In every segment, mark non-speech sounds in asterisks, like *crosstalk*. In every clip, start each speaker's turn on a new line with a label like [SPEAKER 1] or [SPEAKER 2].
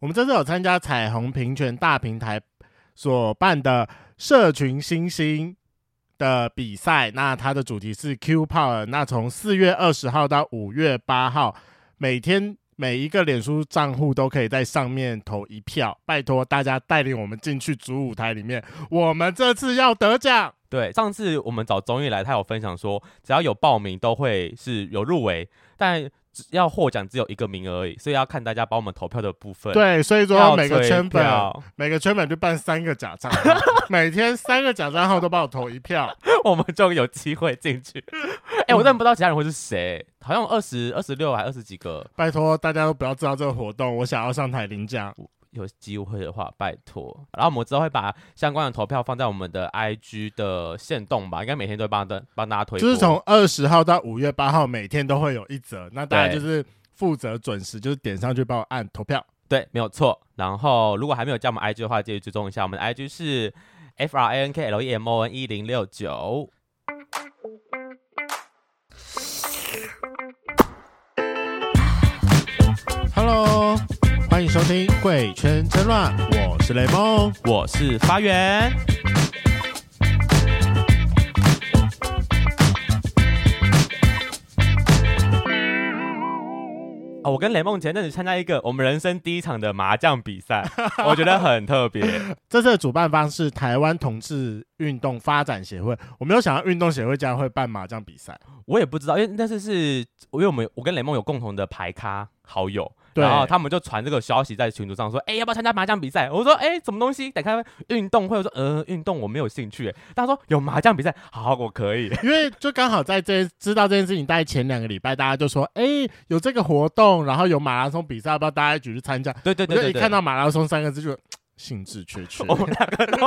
[SPEAKER 1] 我们这次有参加彩虹平权大平台所办的社群星星的比赛，那它的主题是 Q Power。那从四月二十号到五月八号，每天每一个脸书账户都可以在上面投一票。拜托大家带领我们进去主舞台里面，我们这次要得奖。
[SPEAKER 2] 对，上次我们找综艺来，他有分享说，只要有报名都会是有入围，但只要获奖只有一个名额而已，所以要看大家帮我们投票的部分。，
[SPEAKER 1] 对，所以说每个圈粉，
[SPEAKER 2] 票，
[SPEAKER 1] 每个圈粉就办三个假账号，每天三个假账号都帮我投一票。
[SPEAKER 2] *laughs* 我们就有机会进去。哎、我认不到其他人会是谁，好像二十二十六还二十几个，
[SPEAKER 1] 拜托大家都不要知道这个活动，我想要上台领奖。
[SPEAKER 2] 有机会的话，拜托。然后我们之后会把相关的投票放在我们的 IG 的线动吧，应该每天都会帮大帮大家推播。
[SPEAKER 1] 就是从二十号到五月八号，每天都会有一则。那大家就是负责准时，就是点上去帮我按投票。
[SPEAKER 2] 对，没有错。然后如果还没有加我们 IG 的话，记得追踪一下，我们的 IG 是 F R A N K L E M O N 一零六九。
[SPEAKER 1] Hello，欢迎收听《贵圈争乱》，我是雷梦。
[SPEAKER 2] 我是发源。哦，我跟雷梦前阵子参加一个我们人生第一场的麻将比赛，我觉得很特别。
[SPEAKER 1] 这次的主办方是台湾同志运动发展协会。我没有想到运动协会竟然会办麻将比赛。
[SPEAKER 2] 我也不知道，因为那次是因为我们我跟雷梦有共同的牌咖好友，
[SPEAKER 1] 对
[SPEAKER 2] 然后他们就传这个消息在群组上说，哎、要不要参加麻将比赛？我说，哎、什么东西？得看运动会。我说，呃，运动我没有兴趣。哎大家说有麻将比赛，好，我可以。
[SPEAKER 1] 因为就刚好在这知道这件事情，大概前两个礼拜，大家就说，哎、有这个活动，然后有马拉松比赛，要不要大家一起去参加？
[SPEAKER 2] 对对对
[SPEAKER 1] 我
[SPEAKER 2] 对
[SPEAKER 1] 就
[SPEAKER 2] 对，
[SPEAKER 1] 一看到马拉松三个字就兴致缺 *laughs* 缺。
[SPEAKER 2] *laughs* 我们两个都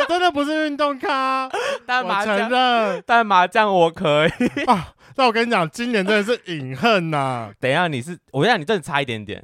[SPEAKER 1] 我真的不是运动咖，
[SPEAKER 2] 但
[SPEAKER 1] 我
[SPEAKER 2] 麻
[SPEAKER 1] 承
[SPEAKER 2] 将， *laughs*
[SPEAKER 1] 认
[SPEAKER 2] 但麻将我可以。
[SPEAKER 1] 啊。那我跟你讲，今年真的是隐恨呐、
[SPEAKER 2] 等一下，你是我让你真的差一点点。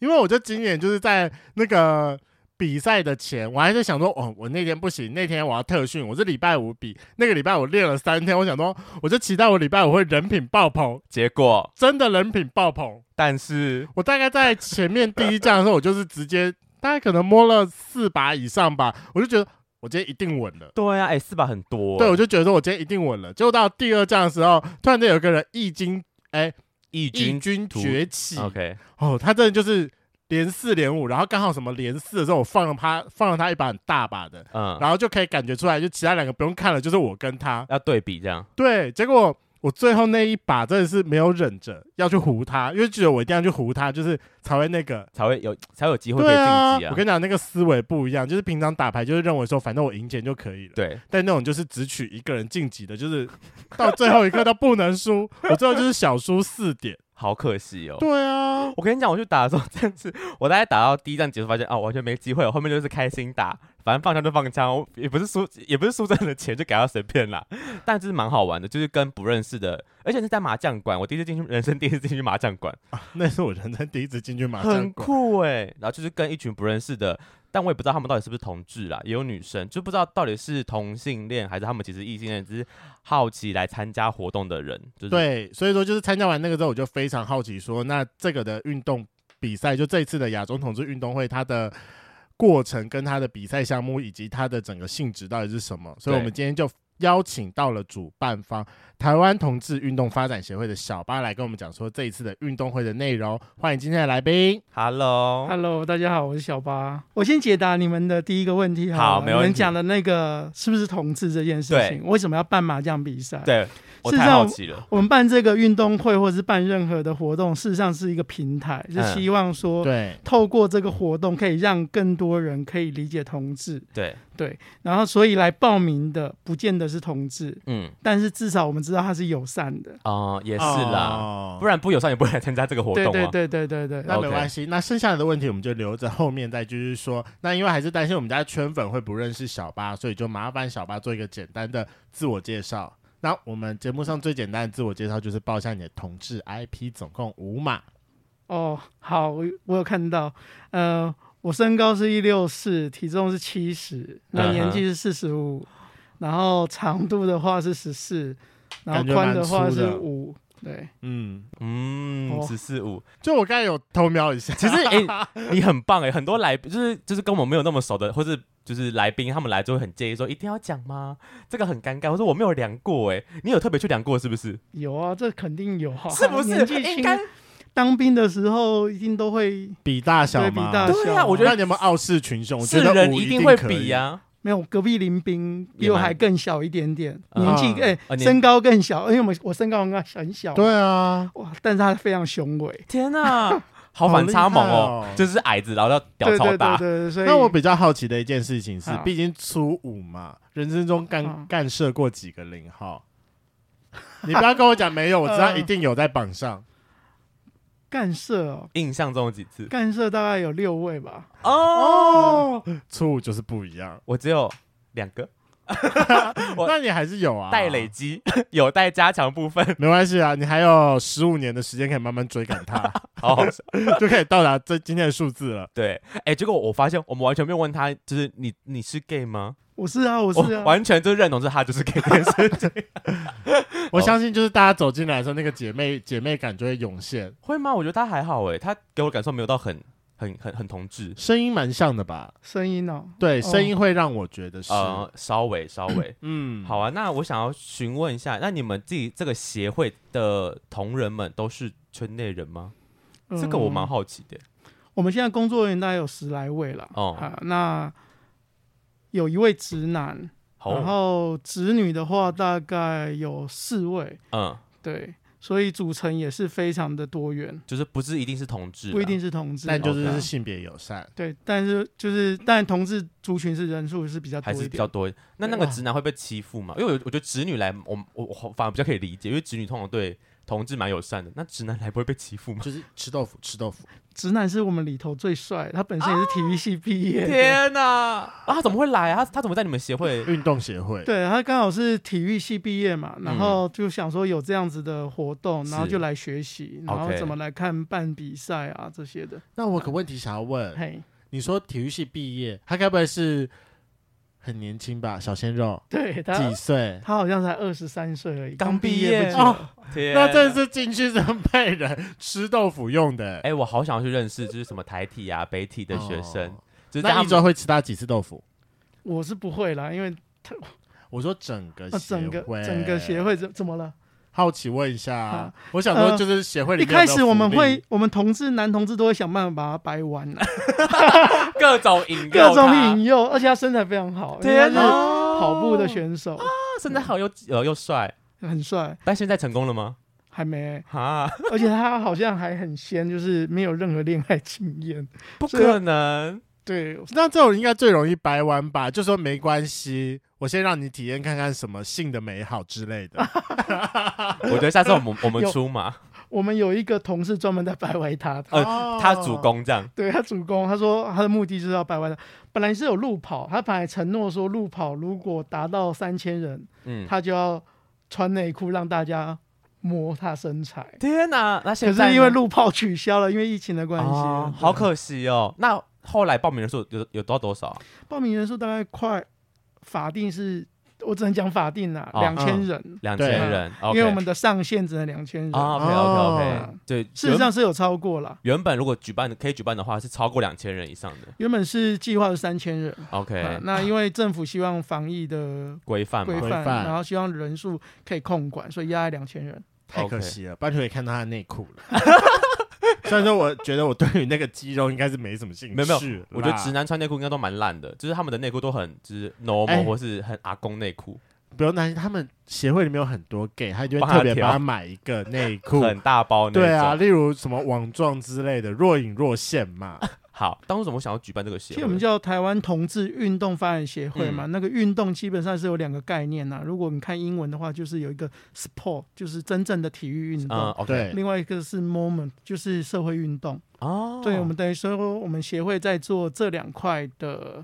[SPEAKER 1] 因为我就今年就是在那个比赛的前，我还在想说，哦，我那天不行，那天我要特训，我是礼拜五比，那个礼拜我练了三天，我想说，我就期待我礼拜五会人品爆棚，
[SPEAKER 2] 结果，
[SPEAKER 1] 真的人品爆棚。
[SPEAKER 2] 但是
[SPEAKER 1] 我大概在前面第一仗的时候，我就是直接大概可能摸了四把以上吧，我就觉得我今天一定稳了。
[SPEAKER 2] 对啊，哎、四把很多。
[SPEAKER 1] 对，我，就觉得说我今天一定稳了。结果到第二仗的时候，突然间有一个人异军，哎、
[SPEAKER 2] 义
[SPEAKER 1] 异
[SPEAKER 2] 军
[SPEAKER 1] 军
[SPEAKER 2] 突
[SPEAKER 1] 崛起。
[SPEAKER 2] OK，
[SPEAKER 1] 哦，他真的就是连四连五，然后刚好什么连四的时候，我放了他放了他一把很大把的，
[SPEAKER 2] 嗯，
[SPEAKER 1] 然后就可以感觉出来，就其他两个不用看了，就是我跟他。
[SPEAKER 2] 要对比这样。
[SPEAKER 1] 对，结果我最后那一把真的是没有忍着要去胡他，因为觉得我一定要去胡他，就是才会那个。
[SPEAKER 2] 才会有才有机会可以
[SPEAKER 1] 对啊
[SPEAKER 2] 晋级，啊
[SPEAKER 1] 我。跟你讲，那个思维不一样，就是平常打牌就是认为说，反正我赢钱就可以了。
[SPEAKER 2] 对，
[SPEAKER 1] 但那种就是只取一个人晋级的，就是 *laughs* 到最后一刻都不能输。我最后就是小输四点。
[SPEAKER 2] 好可惜哦。
[SPEAKER 1] 对啊，
[SPEAKER 2] *laughs* 我跟你讲，我去打的时候，真的是我大概打到第一站结束，发现啊，完全没机会了。后面就是开心打，反正放枪就放枪，我也不是输，也不是输真的钱，就给他随便啦。但就是蛮好玩的，就是跟不认识的，而且是在麻将馆，我第一次进去，人生第一次进去麻将馆，
[SPEAKER 1] 那是我人生第一次进去麻将
[SPEAKER 2] 很
[SPEAKER 1] 馆。
[SPEAKER 2] 酷哎、然后就是跟一群不认识的，但我也不知道他们到底是不是同志啦，也有女生，就不知道到底是同性恋还是他们其实异性恋，只是好奇来参加活动的人，就是
[SPEAKER 1] 对，所以说就是参加完那个之后，我就非常好奇说，那这个的运动比赛，就这一次的亚洲统治运动会，它的过程跟它的比赛项目以及它的整个性质到底是什么？所以我们今天就。邀请到了主办方台湾同志运动发展协会的小巴来跟我们讲说这一次的运动会的内容。欢迎今天的来宾。
[SPEAKER 2] ，Hello，
[SPEAKER 3] Hello，大家好，我是小巴。我先解答你们的第一个问题
[SPEAKER 2] 好
[SPEAKER 3] 了
[SPEAKER 2] 没
[SPEAKER 3] 你
[SPEAKER 2] 问
[SPEAKER 3] 们
[SPEAKER 2] 题
[SPEAKER 3] 讲的那个是不是同志这件事
[SPEAKER 2] 对
[SPEAKER 3] 情？为什么要办麻将比赛？
[SPEAKER 2] 对我
[SPEAKER 3] 事实
[SPEAKER 2] 太
[SPEAKER 3] 上
[SPEAKER 2] 好奇了。
[SPEAKER 3] 我们办这个运动会，或者是办任何的活动，事实上是一个平台，是
[SPEAKER 2] 嗯
[SPEAKER 3] 希望说、
[SPEAKER 1] 对，
[SPEAKER 3] 透过这个活动，可以让更多人可以理解同志。
[SPEAKER 2] 对，
[SPEAKER 3] 对，然后所以来报名的，不见得是同志，
[SPEAKER 2] 嗯，
[SPEAKER 3] 但是至少我们知道他是友善的。
[SPEAKER 2] 哦、也是啦，
[SPEAKER 1] 哦
[SPEAKER 2] 不然不友善也不会来参加这个活动
[SPEAKER 3] 对
[SPEAKER 2] 啊。
[SPEAKER 3] 对对对对对。
[SPEAKER 1] 那没
[SPEAKER 2] OK
[SPEAKER 1] 关系，那剩下的问题我们就留着后面再继续说。那因为还是担心我们家圈粉会不认识小八，所以就麻烦小八做一个简单的自我介绍。那我们节目上最简单的自我介绍就是报一下你的同 *laughs* 志 IP，总共五码。
[SPEAKER 3] 哦，好，我我有看到，呃，我身高是一六四，体重是七十，
[SPEAKER 1] 嗯
[SPEAKER 3] 那年纪是四十五，然后长度的话是十四，
[SPEAKER 1] 感
[SPEAKER 3] 然后
[SPEAKER 1] 觉
[SPEAKER 3] 宽
[SPEAKER 1] 蛮
[SPEAKER 3] 的话
[SPEAKER 1] 粗
[SPEAKER 3] 是
[SPEAKER 1] 的
[SPEAKER 3] 五，对，
[SPEAKER 1] 嗯，
[SPEAKER 2] 嗯，
[SPEAKER 3] 哦
[SPEAKER 2] 十四五。
[SPEAKER 1] 就我刚才有偷瞄一下，
[SPEAKER 2] 其实，哎、你很棒哎、很多来宾就是就是跟我没有那么熟的，或是就是来宾他们来就会很介意说一定要讲吗？这个很尴尬。我说我没有量过哎、你有特别去量过是不是？
[SPEAKER 3] 有啊，这肯定有啊，
[SPEAKER 2] 是不是
[SPEAKER 3] 年纪
[SPEAKER 2] 应
[SPEAKER 3] 轻
[SPEAKER 2] 该？
[SPEAKER 3] 当兵的时候一定都会
[SPEAKER 1] 比大小
[SPEAKER 3] 对比
[SPEAKER 1] 嘛，
[SPEAKER 3] 大
[SPEAKER 2] 对
[SPEAKER 3] 小
[SPEAKER 2] 啊我觉得
[SPEAKER 1] 那你有没有傲视群雄？我
[SPEAKER 2] 是
[SPEAKER 1] 觉得
[SPEAKER 2] 人
[SPEAKER 1] 五
[SPEAKER 2] 定
[SPEAKER 1] 定
[SPEAKER 2] 会
[SPEAKER 1] 可以
[SPEAKER 2] 比啊呀、
[SPEAKER 3] 没有，隔壁林兵比
[SPEAKER 2] 也
[SPEAKER 3] 我
[SPEAKER 2] 蛮
[SPEAKER 3] 还更小一点点，
[SPEAKER 2] 嗯
[SPEAKER 3] 年纪
[SPEAKER 1] 啊
[SPEAKER 3] 哎、
[SPEAKER 2] 啊年
[SPEAKER 3] 身高更小，因为我们我身高很很小，
[SPEAKER 1] 对啊，
[SPEAKER 3] 哇，但是他非常雄伟，
[SPEAKER 2] 天哪、好反差萌
[SPEAKER 1] 好厉害哦
[SPEAKER 2] 就是矮子然后到屌
[SPEAKER 3] 对
[SPEAKER 2] 超
[SPEAKER 3] 对
[SPEAKER 2] 大
[SPEAKER 3] 对对，对，所以
[SPEAKER 1] 那我比较好奇的一件事情是
[SPEAKER 3] 好，
[SPEAKER 1] 毕竟初五嘛，人生中干
[SPEAKER 3] 嗯
[SPEAKER 1] 干涉过几个零号？你不要跟我讲没有，我知道
[SPEAKER 2] 嗯
[SPEAKER 3] 呃
[SPEAKER 1] 一定有在榜上。
[SPEAKER 3] 干涉哦，
[SPEAKER 2] 印象中有几次
[SPEAKER 3] 干涉大概有六位吧，
[SPEAKER 2] 哦，
[SPEAKER 1] 哦，初五就是不一样。
[SPEAKER 2] 我只有两个我
[SPEAKER 1] 那你还是有啊，
[SPEAKER 2] 待累积， *laughs* 有待加强部分。
[SPEAKER 1] 没关系啊，你还有十五年的时间可以慢慢追赶它，
[SPEAKER 2] 好好
[SPEAKER 1] *laughs* 就可以到达这今天的数字了。
[SPEAKER 2] 对，哎、结果我发现我们完全没有问他，就是你你是 gay 吗？
[SPEAKER 3] 我是
[SPEAKER 2] 哦
[SPEAKER 3] 啊，我是啊，
[SPEAKER 2] 完全就认同是他就是 gay 这件事 *laughs* 情，
[SPEAKER 1] 我
[SPEAKER 2] 好
[SPEAKER 1] 相信就是大家走进来的时候，那个姐妹姐妹感就会涌现，
[SPEAKER 2] 会吗？我觉得他还好哎、他给我感受没有到很很很很同志，
[SPEAKER 1] 声音蛮像的吧？
[SPEAKER 3] 声音哦，
[SPEAKER 1] 对，
[SPEAKER 3] 哦
[SPEAKER 1] 声音会让我觉得是，
[SPEAKER 2] 呃，稍微稍微
[SPEAKER 1] 嗯，
[SPEAKER 2] 好啊。那我想要询问一下，那你们自己这个协会的同仁们都是圈内人吗？这个我蛮
[SPEAKER 3] 嗯
[SPEAKER 2] 好奇的、欸
[SPEAKER 3] 我们现在工作人员大概有十来位了，
[SPEAKER 2] 哦
[SPEAKER 3] 啊，那有一位直男，
[SPEAKER 2] 好，
[SPEAKER 3] 然后直女的话大概有四位，
[SPEAKER 2] 嗯，
[SPEAKER 3] 对，所以组成也是非常的多元，
[SPEAKER 2] 就是不是一定是啊同志啦，
[SPEAKER 3] 不一定是同志，哦
[SPEAKER 1] 但就
[SPEAKER 2] OK
[SPEAKER 1] 是
[SPEAKER 2] 啊
[SPEAKER 1] 性别友善。
[SPEAKER 3] 对，但是就是但同志族群是人数是比较多
[SPEAKER 2] 还是
[SPEAKER 3] 一啊
[SPEAKER 2] 比
[SPEAKER 3] 点
[SPEAKER 2] 较，多。那那个直男会被欺负吗？因为我我觉得直女来，我我我反而比较可以理解，因为直女通常对同志蛮友善的。那直男来不会被欺
[SPEAKER 3] *laughs*
[SPEAKER 2] 负吗？
[SPEAKER 1] 就是吃豆腐，吃豆腐。
[SPEAKER 3] 直男是我们里头最帅，他本身也是体育系毕业的。
[SPEAKER 2] 啊天哪！啊，他怎么会来啊？他他怎么在你们协
[SPEAKER 3] *laughs*
[SPEAKER 2] 会？
[SPEAKER 1] 运动协会，
[SPEAKER 3] 对他刚好是体育系毕业嘛，然后就想说有这样子的活动，然
[SPEAKER 2] 嗯
[SPEAKER 3] 后
[SPEAKER 2] 是
[SPEAKER 3] 就来学习，然后
[SPEAKER 2] OK
[SPEAKER 3] 怎么来看办比赛啊这些的。
[SPEAKER 1] 那我有个问题想要
[SPEAKER 2] 嗯
[SPEAKER 1] 问，
[SPEAKER 3] 嘿， *laughs*
[SPEAKER 1] 你说体育系毕业，他该不会是很年轻吧？小鲜肉
[SPEAKER 3] 对他
[SPEAKER 1] 几岁？
[SPEAKER 3] 他好像才二十三岁而已，
[SPEAKER 2] 刚
[SPEAKER 3] 刚
[SPEAKER 2] 毕
[SPEAKER 3] 业
[SPEAKER 2] 业
[SPEAKER 3] 不久。
[SPEAKER 1] 哦，
[SPEAKER 2] 天哪，
[SPEAKER 1] 那真的是进去是被人吃豆腐用的。
[SPEAKER 2] 哎、我好想要去认识，就是什么台体啊、北体的学生，
[SPEAKER 1] 哦
[SPEAKER 2] 就是在
[SPEAKER 1] 那
[SPEAKER 2] 他
[SPEAKER 1] 一周
[SPEAKER 2] 们
[SPEAKER 1] 会吃他几次豆腐？
[SPEAKER 3] 我是不会啦，因为、
[SPEAKER 1] 我说整个
[SPEAKER 3] 呃、
[SPEAKER 1] 协
[SPEAKER 3] 整个
[SPEAKER 1] 会，
[SPEAKER 3] 整个协会怎怎么了？
[SPEAKER 1] 好奇问一下啊
[SPEAKER 3] 啊，
[SPEAKER 1] 我想说
[SPEAKER 3] 呃
[SPEAKER 1] 就是协会里
[SPEAKER 3] 一
[SPEAKER 1] 面有没有
[SPEAKER 3] 开始我们
[SPEAKER 1] 福利
[SPEAKER 3] 会，我们同志男同志都会想办法把他掰
[SPEAKER 2] *laughs*
[SPEAKER 3] 弯啦
[SPEAKER 2] 各种引诱
[SPEAKER 3] 各种
[SPEAKER 2] 他
[SPEAKER 3] 引诱，而且他身材非常好，因为
[SPEAKER 2] 天
[SPEAKER 3] 他是
[SPEAKER 2] 哪，
[SPEAKER 3] 跑步的选手，
[SPEAKER 2] 啊身材好又呃又帅，
[SPEAKER 3] 很帅，
[SPEAKER 2] 但现在成功了吗？
[SPEAKER 3] 还没，
[SPEAKER 2] 啊，
[SPEAKER 3] 而且他好像还很仙，就是没有任何恋爱经验。
[SPEAKER 2] 不
[SPEAKER 3] 所以
[SPEAKER 2] 可能，
[SPEAKER 3] 对，
[SPEAKER 1] 那这种应该最容易掰弯吧？就说没关系，我先让你体验看看什么性的美好之类的。
[SPEAKER 2] 我觉得下次我们我们
[SPEAKER 3] 有
[SPEAKER 2] 出马，
[SPEAKER 3] 我们有一个同事专门在掰歪他的。
[SPEAKER 2] 呃
[SPEAKER 1] 哦
[SPEAKER 2] 他主攻这样，
[SPEAKER 3] *laughs* 对他主攻，他说他的目的就是要掰歪他。本来是有路跑，他本来承诺说路跑如果达到三千人，
[SPEAKER 2] 嗯，
[SPEAKER 3] 他就要穿内裤让大家摸他身材。
[SPEAKER 2] 天哪，那
[SPEAKER 3] 可
[SPEAKER 2] 现在
[SPEAKER 3] 是因为
[SPEAKER 2] 呢
[SPEAKER 3] 路跑取消了，因为疫情的关系，
[SPEAKER 2] 哦
[SPEAKER 3] 对
[SPEAKER 2] 好可惜哦。那后来报名人数有有到多少啊？
[SPEAKER 3] 报名人数大概快法定是，我只能讲法定啦，
[SPEAKER 2] 哦
[SPEAKER 3] 两千人，
[SPEAKER 2] 两
[SPEAKER 1] 对
[SPEAKER 2] 千人，OK，
[SPEAKER 3] 因为我们的上限只能两千人。
[SPEAKER 2] 啊，OK OK
[SPEAKER 3] 哦
[SPEAKER 2] OK，对，
[SPEAKER 3] 事实上是有超过啦，
[SPEAKER 2] 原原本如果举办可以举办的话，是超过两千人以上的
[SPEAKER 3] 原本是计划是三千人、啊
[SPEAKER 2] ，OK，
[SPEAKER 3] 那因为政府希望防疫的
[SPEAKER 2] 规范
[SPEAKER 3] 规
[SPEAKER 2] 嘛
[SPEAKER 1] 规
[SPEAKER 3] 范，
[SPEAKER 1] 范
[SPEAKER 3] 然后希望人数可以控管，所以压在两千人。
[SPEAKER 1] 太可
[SPEAKER 2] OK
[SPEAKER 1] 惜了，不然就可以看到他的内裤了。 *laughs* 虽然说我觉得我对于那个肌肉应该是没什么兴趣，
[SPEAKER 2] 没有没我觉得直
[SPEAKER 1] 男
[SPEAKER 2] 男穿内裤应该都蛮烂的，就是他们的内裤都很就是 normal、
[SPEAKER 1] 哎
[SPEAKER 2] 或是很阿公内裤，
[SPEAKER 1] 不用担心，他们协会里面有很多 gay，他就
[SPEAKER 2] 帮
[SPEAKER 1] 会
[SPEAKER 2] 他
[SPEAKER 1] 特别
[SPEAKER 2] 挑
[SPEAKER 1] 帮他买一个内裤。
[SPEAKER 2] 很大包那种。
[SPEAKER 1] 对啊，例如什么网状之类的，若隐若现嘛。
[SPEAKER 2] 好，当初怎么想要举办这个
[SPEAKER 3] 其
[SPEAKER 2] 协
[SPEAKER 3] 实
[SPEAKER 2] 会
[SPEAKER 3] 我们叫台湾同志运动发展协会嘛，
[SPEAKER 2] 嗯
[SPEAKER 3] 那个运动基本上是有两个概念呐、如果你看英文的话，就是有一个 sport，就是真正的体育运动。
[SPEAKER 2] 嗯，OK，
[SPEAKER 1] 对，
[SPEAKER 3] 另外一个是 moment，就是社会运动。
[SPEAKER 2] 哦，
[SPEAKER 3] 对，我们等于说我们协会在做这两块的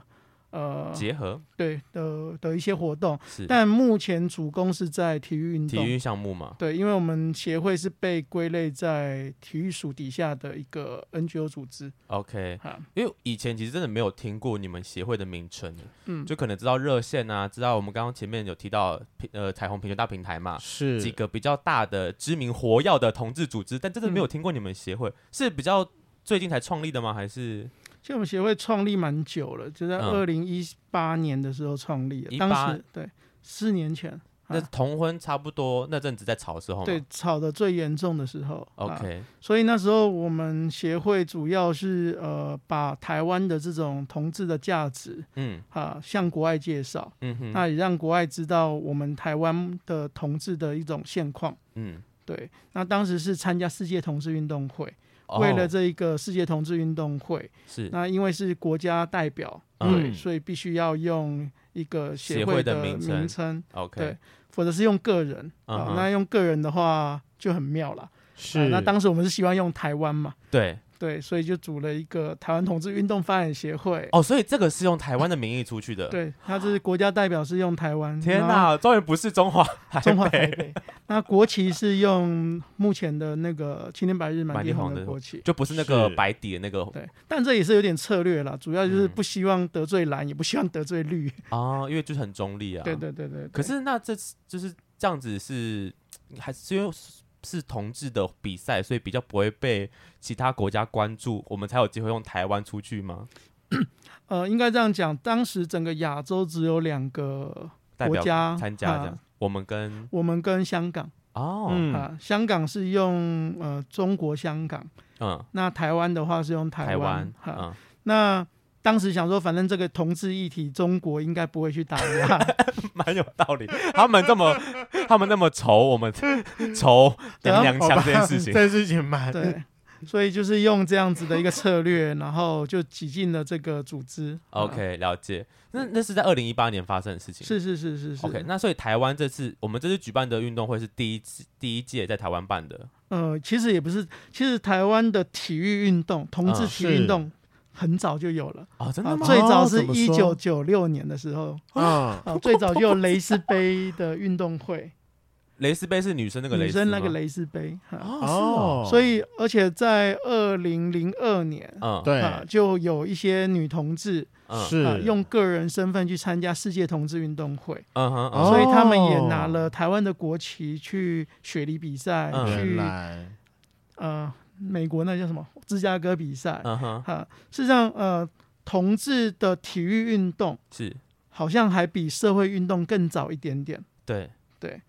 [SPEAKER 3] 呃
[SPEAKER 2] 结合
[SPEAKER 3] 对的的一些活动，
[SPEAKER 2] 是
[SPEAKER 3] 但目前主攻是在体育运
[SPEAKER 2] 体
[SPEAKER 3] 动。
[SPEAKER 2] 育项目嘛，
[SPEAKER 3] 对，因为我们协会是被归类在体育署底下的一个 NGO 组织
[SPEAKER 2] OK，
[SPEAKER 3] 啊，
[SPEAKER 2] 因为以前其实真的没有听过你们协会的名称，
[SPEAKER 3] 嗯，
[SPEAKER 2] 就可能知道热线啊，知道我们刚刚前面有提到呃彩虹平权大平台嘛，
[SPEAKER 1] 是
[SPEAKER 2] 几个比较大的知名活跃的同志组织，但真的没有
[SPEAKER 3] 嗯
[SPEAKER 2] 听过你们协会，是比较最近才创立的吗？还是
[SPEAKER 3] 其实我们协会创立蛮久了，就在
[SPEAKER 2] 嗯
[SPEAKER 3] 二零一八年的时候创立的，
[SPEAKER 2] 18
[SPEAKER 3] 当时对四年前，
[SPEAKER 2] 那
[SPEAKER 3] 啊
[SPEAKER 2] 同婚差不多那阵子在吵的时候吗？
[SPEAKER 3] 对吵得最严重的时候啊
[SPEAKER 2] ，OK，
[SPEAKER 3] 所以那时候我们协会主要是呃把台湾的这种同志的价值
[SPEAKER 2] 嗯
[SPEAKER 3] 啊向国外介绍，
[SPEAKER 2] 嗯哼，
[SPEAKER 3] 那也让国外知道我们台湾的同志的一种现况。
[SPEAKER 2] 嗯，
[SPEAKER 3] 对，那当时是参加世界同志运动会，
[SPEAKER 2] 哦
[SPEAKER 3] 为了这一个世界同志运动会，
[SPEAKER 2] 是
[SPEAKER 3] 那因为是国家代表，
[SPEAKER 2] 嗯
[SPEAKER 3] 对，所以必须要用一个
[SPEAKER 2] 协
[SPEAKER 3] 协
[SPEAKER 2] 会的
[SPEAKER 3] 的
[SPEAKER 2] 名称
[SPEAKER 3] 名称，
[SPEAKER 2] OK，
[SPEAKER 3] 对否则是用个人
[SPEAKER 2] 嗯
[SPEAKER 3] 啊
[SPEAKER 2] 哼。
[SPEAKER 3] 那用个人的话就很妙了。
[SPEAKER 1] 是、
[SPEAKER 3] 啊那当时我们是希望用台湾嘛，
[SPEAKER 2] 对
[SPEAKER 3] 对，所以就组了一个台湾同志运动发展协会。
[SPEAKER 2] 哦，所以这个是用台湾的名义出去的。，
[SPEAKER 3] 对，它这是国家代表是用台湾，
[SPEAKER 2] 天
[SPEAKER 3] 然后
[SPEAKER 2] 哪，终于不是中华台
[SPEAKER 3] 中华
[SPEAKER 2] 北
[SPEAKER 3] 台北。那国旗是用目前的那个青天白日满地红的国旗，
[SPEAKER 2] 就不是那个
[SPEAKER 1] 是
[SPEAKER 2] 白底的那个
[SPEAKER 3] 对，但这也是有点策略啦，主要就是
[SPEAKER 2] 嗯
[SPEAKER 3] 不希望得罪蓝，也不希望得罪绿。
[SPEAKER 2] 啊，因为就是很中立啊。
[SPEAKER 3] 对对对对。对
[SPEAKER 2] 可是那这次就是这样子是，还是因为是是同志的比赛，所以比较不会被其他国家关注，我们才有机会用台湾出去吗？
[SPEAKER 3] 呃，应该这样讲，当时整个亚洲只有两个
[SPEAKER 2] 代
[SPEAKER 3] 国
[SPEAKER 2] 表
[SPEAKER 3] 家
[SPEAKER 2] 参加这样，
[SPEAKER 3] 啊
[SPEAKER 2] 我们跟
[SPEAKER 3] 我们跟香港
[SPEAKER 2] 哦，嗯
[SPEAKER 1] 嗯
[SPEAKER 2] *laughs*
[SPEAKER 3] 啊，香港是用呃中国香港，那台湾的话是用
[SPEAKER 2] 嗯
[SPEAKER 3] 台
[SPEAKER 2] 台湾
[SPEAKER 3] 湾，哈、
[SPEAKER 2] 嗯，
[SPEAKER 3] 那当时想说，反正这个同志议题，中国应该不会去打
[SPEAKER 2] *laughs*
[SPEAKER 3] 压。
[SPEAKER 2] 蛮有道理。他们这么他们那么仇我们 *laughs* 仇
[SPEAKER 3] *laughs* 对啊
[SPEAKER 2] 娘娘
[SPEAKER 1] 好
[SPEAKER 2] 腔
[SPEAKER 1] 吧
[SPEAKER 2] 这件事情，
[SPEAKER 1] 哦这件事情蛮
[SPEAKER 3] 对， *laughs* 所以就是用这样子的一个策略，然后就挤进了这个组织。啊
[SPEAKER 2] OK，了解。那那是在二零一八年发生的事情。
[SPEAKER 3] 是是是是是。
[SPEAKER 2] OK，那所以台湾这次我们这次举办的运动会是第一次第一届在台湾办的。
[SPEAKER 3] 呃，其实也不是，其实台湾的体育运动，同志
[SPEAKER 2] 嗯
[SPEAKER 3] 体育运
[SPEAKER 1] 是
[SPEAKER 3] 动很早就有了。
[SPEAKER 2] 哦，真
[SPEAKER 3] 啊
[SPEAKER 2] 的，吗？
[SPEAKER 3] 最早是
[SPEAKER 1] 怎么
[SPEAKER 3] 一
[SPEAKER 1] 说
[SPEAKER 3] 九九六年的时候，
[SPEAKER 1] 嗯
[SPEAKER 3] 啊，最早就有蕾丝杯的运动会，
[SPEAKER 2] 蕾丝杯是女生那个蕾
[SPEAKER 3] 女
[SPEAKER 2] 丝吗，
[SPEAKER 3] 生那个蕾丝杯。哈
[SPEAKER 2] 哦，是哦，
[SPEAKER 3] 所以，而且在二零零二年，
[SPEAKER 2] 嗯，
[SPEAKER 1] 哦对、
[SPEAKER 3] 啊，就有一些女同志
[SPEAKER 2] 嗯，
[SPEAKER 1] 是、
[SPEAKER 3] 啊、用个人身份去参加世界同志运动会，
[SPEAKER 2] 嗯哼，嗯
[SPEAKER 1] 哦
[SPEAKER 3] 所以他们也拿了台湾的国旗去雪梨比赛，
[SPEAKER 2] 嗯
[SPEAKER 1] 原
[SPEAKER 3] 去
[SPEAKER 1] 来
[SPEAKER 3] 呃美国那叫什么芝加哥比赛。
[SPEAKER 2] 嗯哼，
[SPEAKER 3] 啊，事实上，呃，同志的体育运动
[SPEAKER 2] 是
[SPEAKER 3] 好像还比社会运动更早一点点。
[SPEAKER 2] 对
[SPEAKER 3] 对。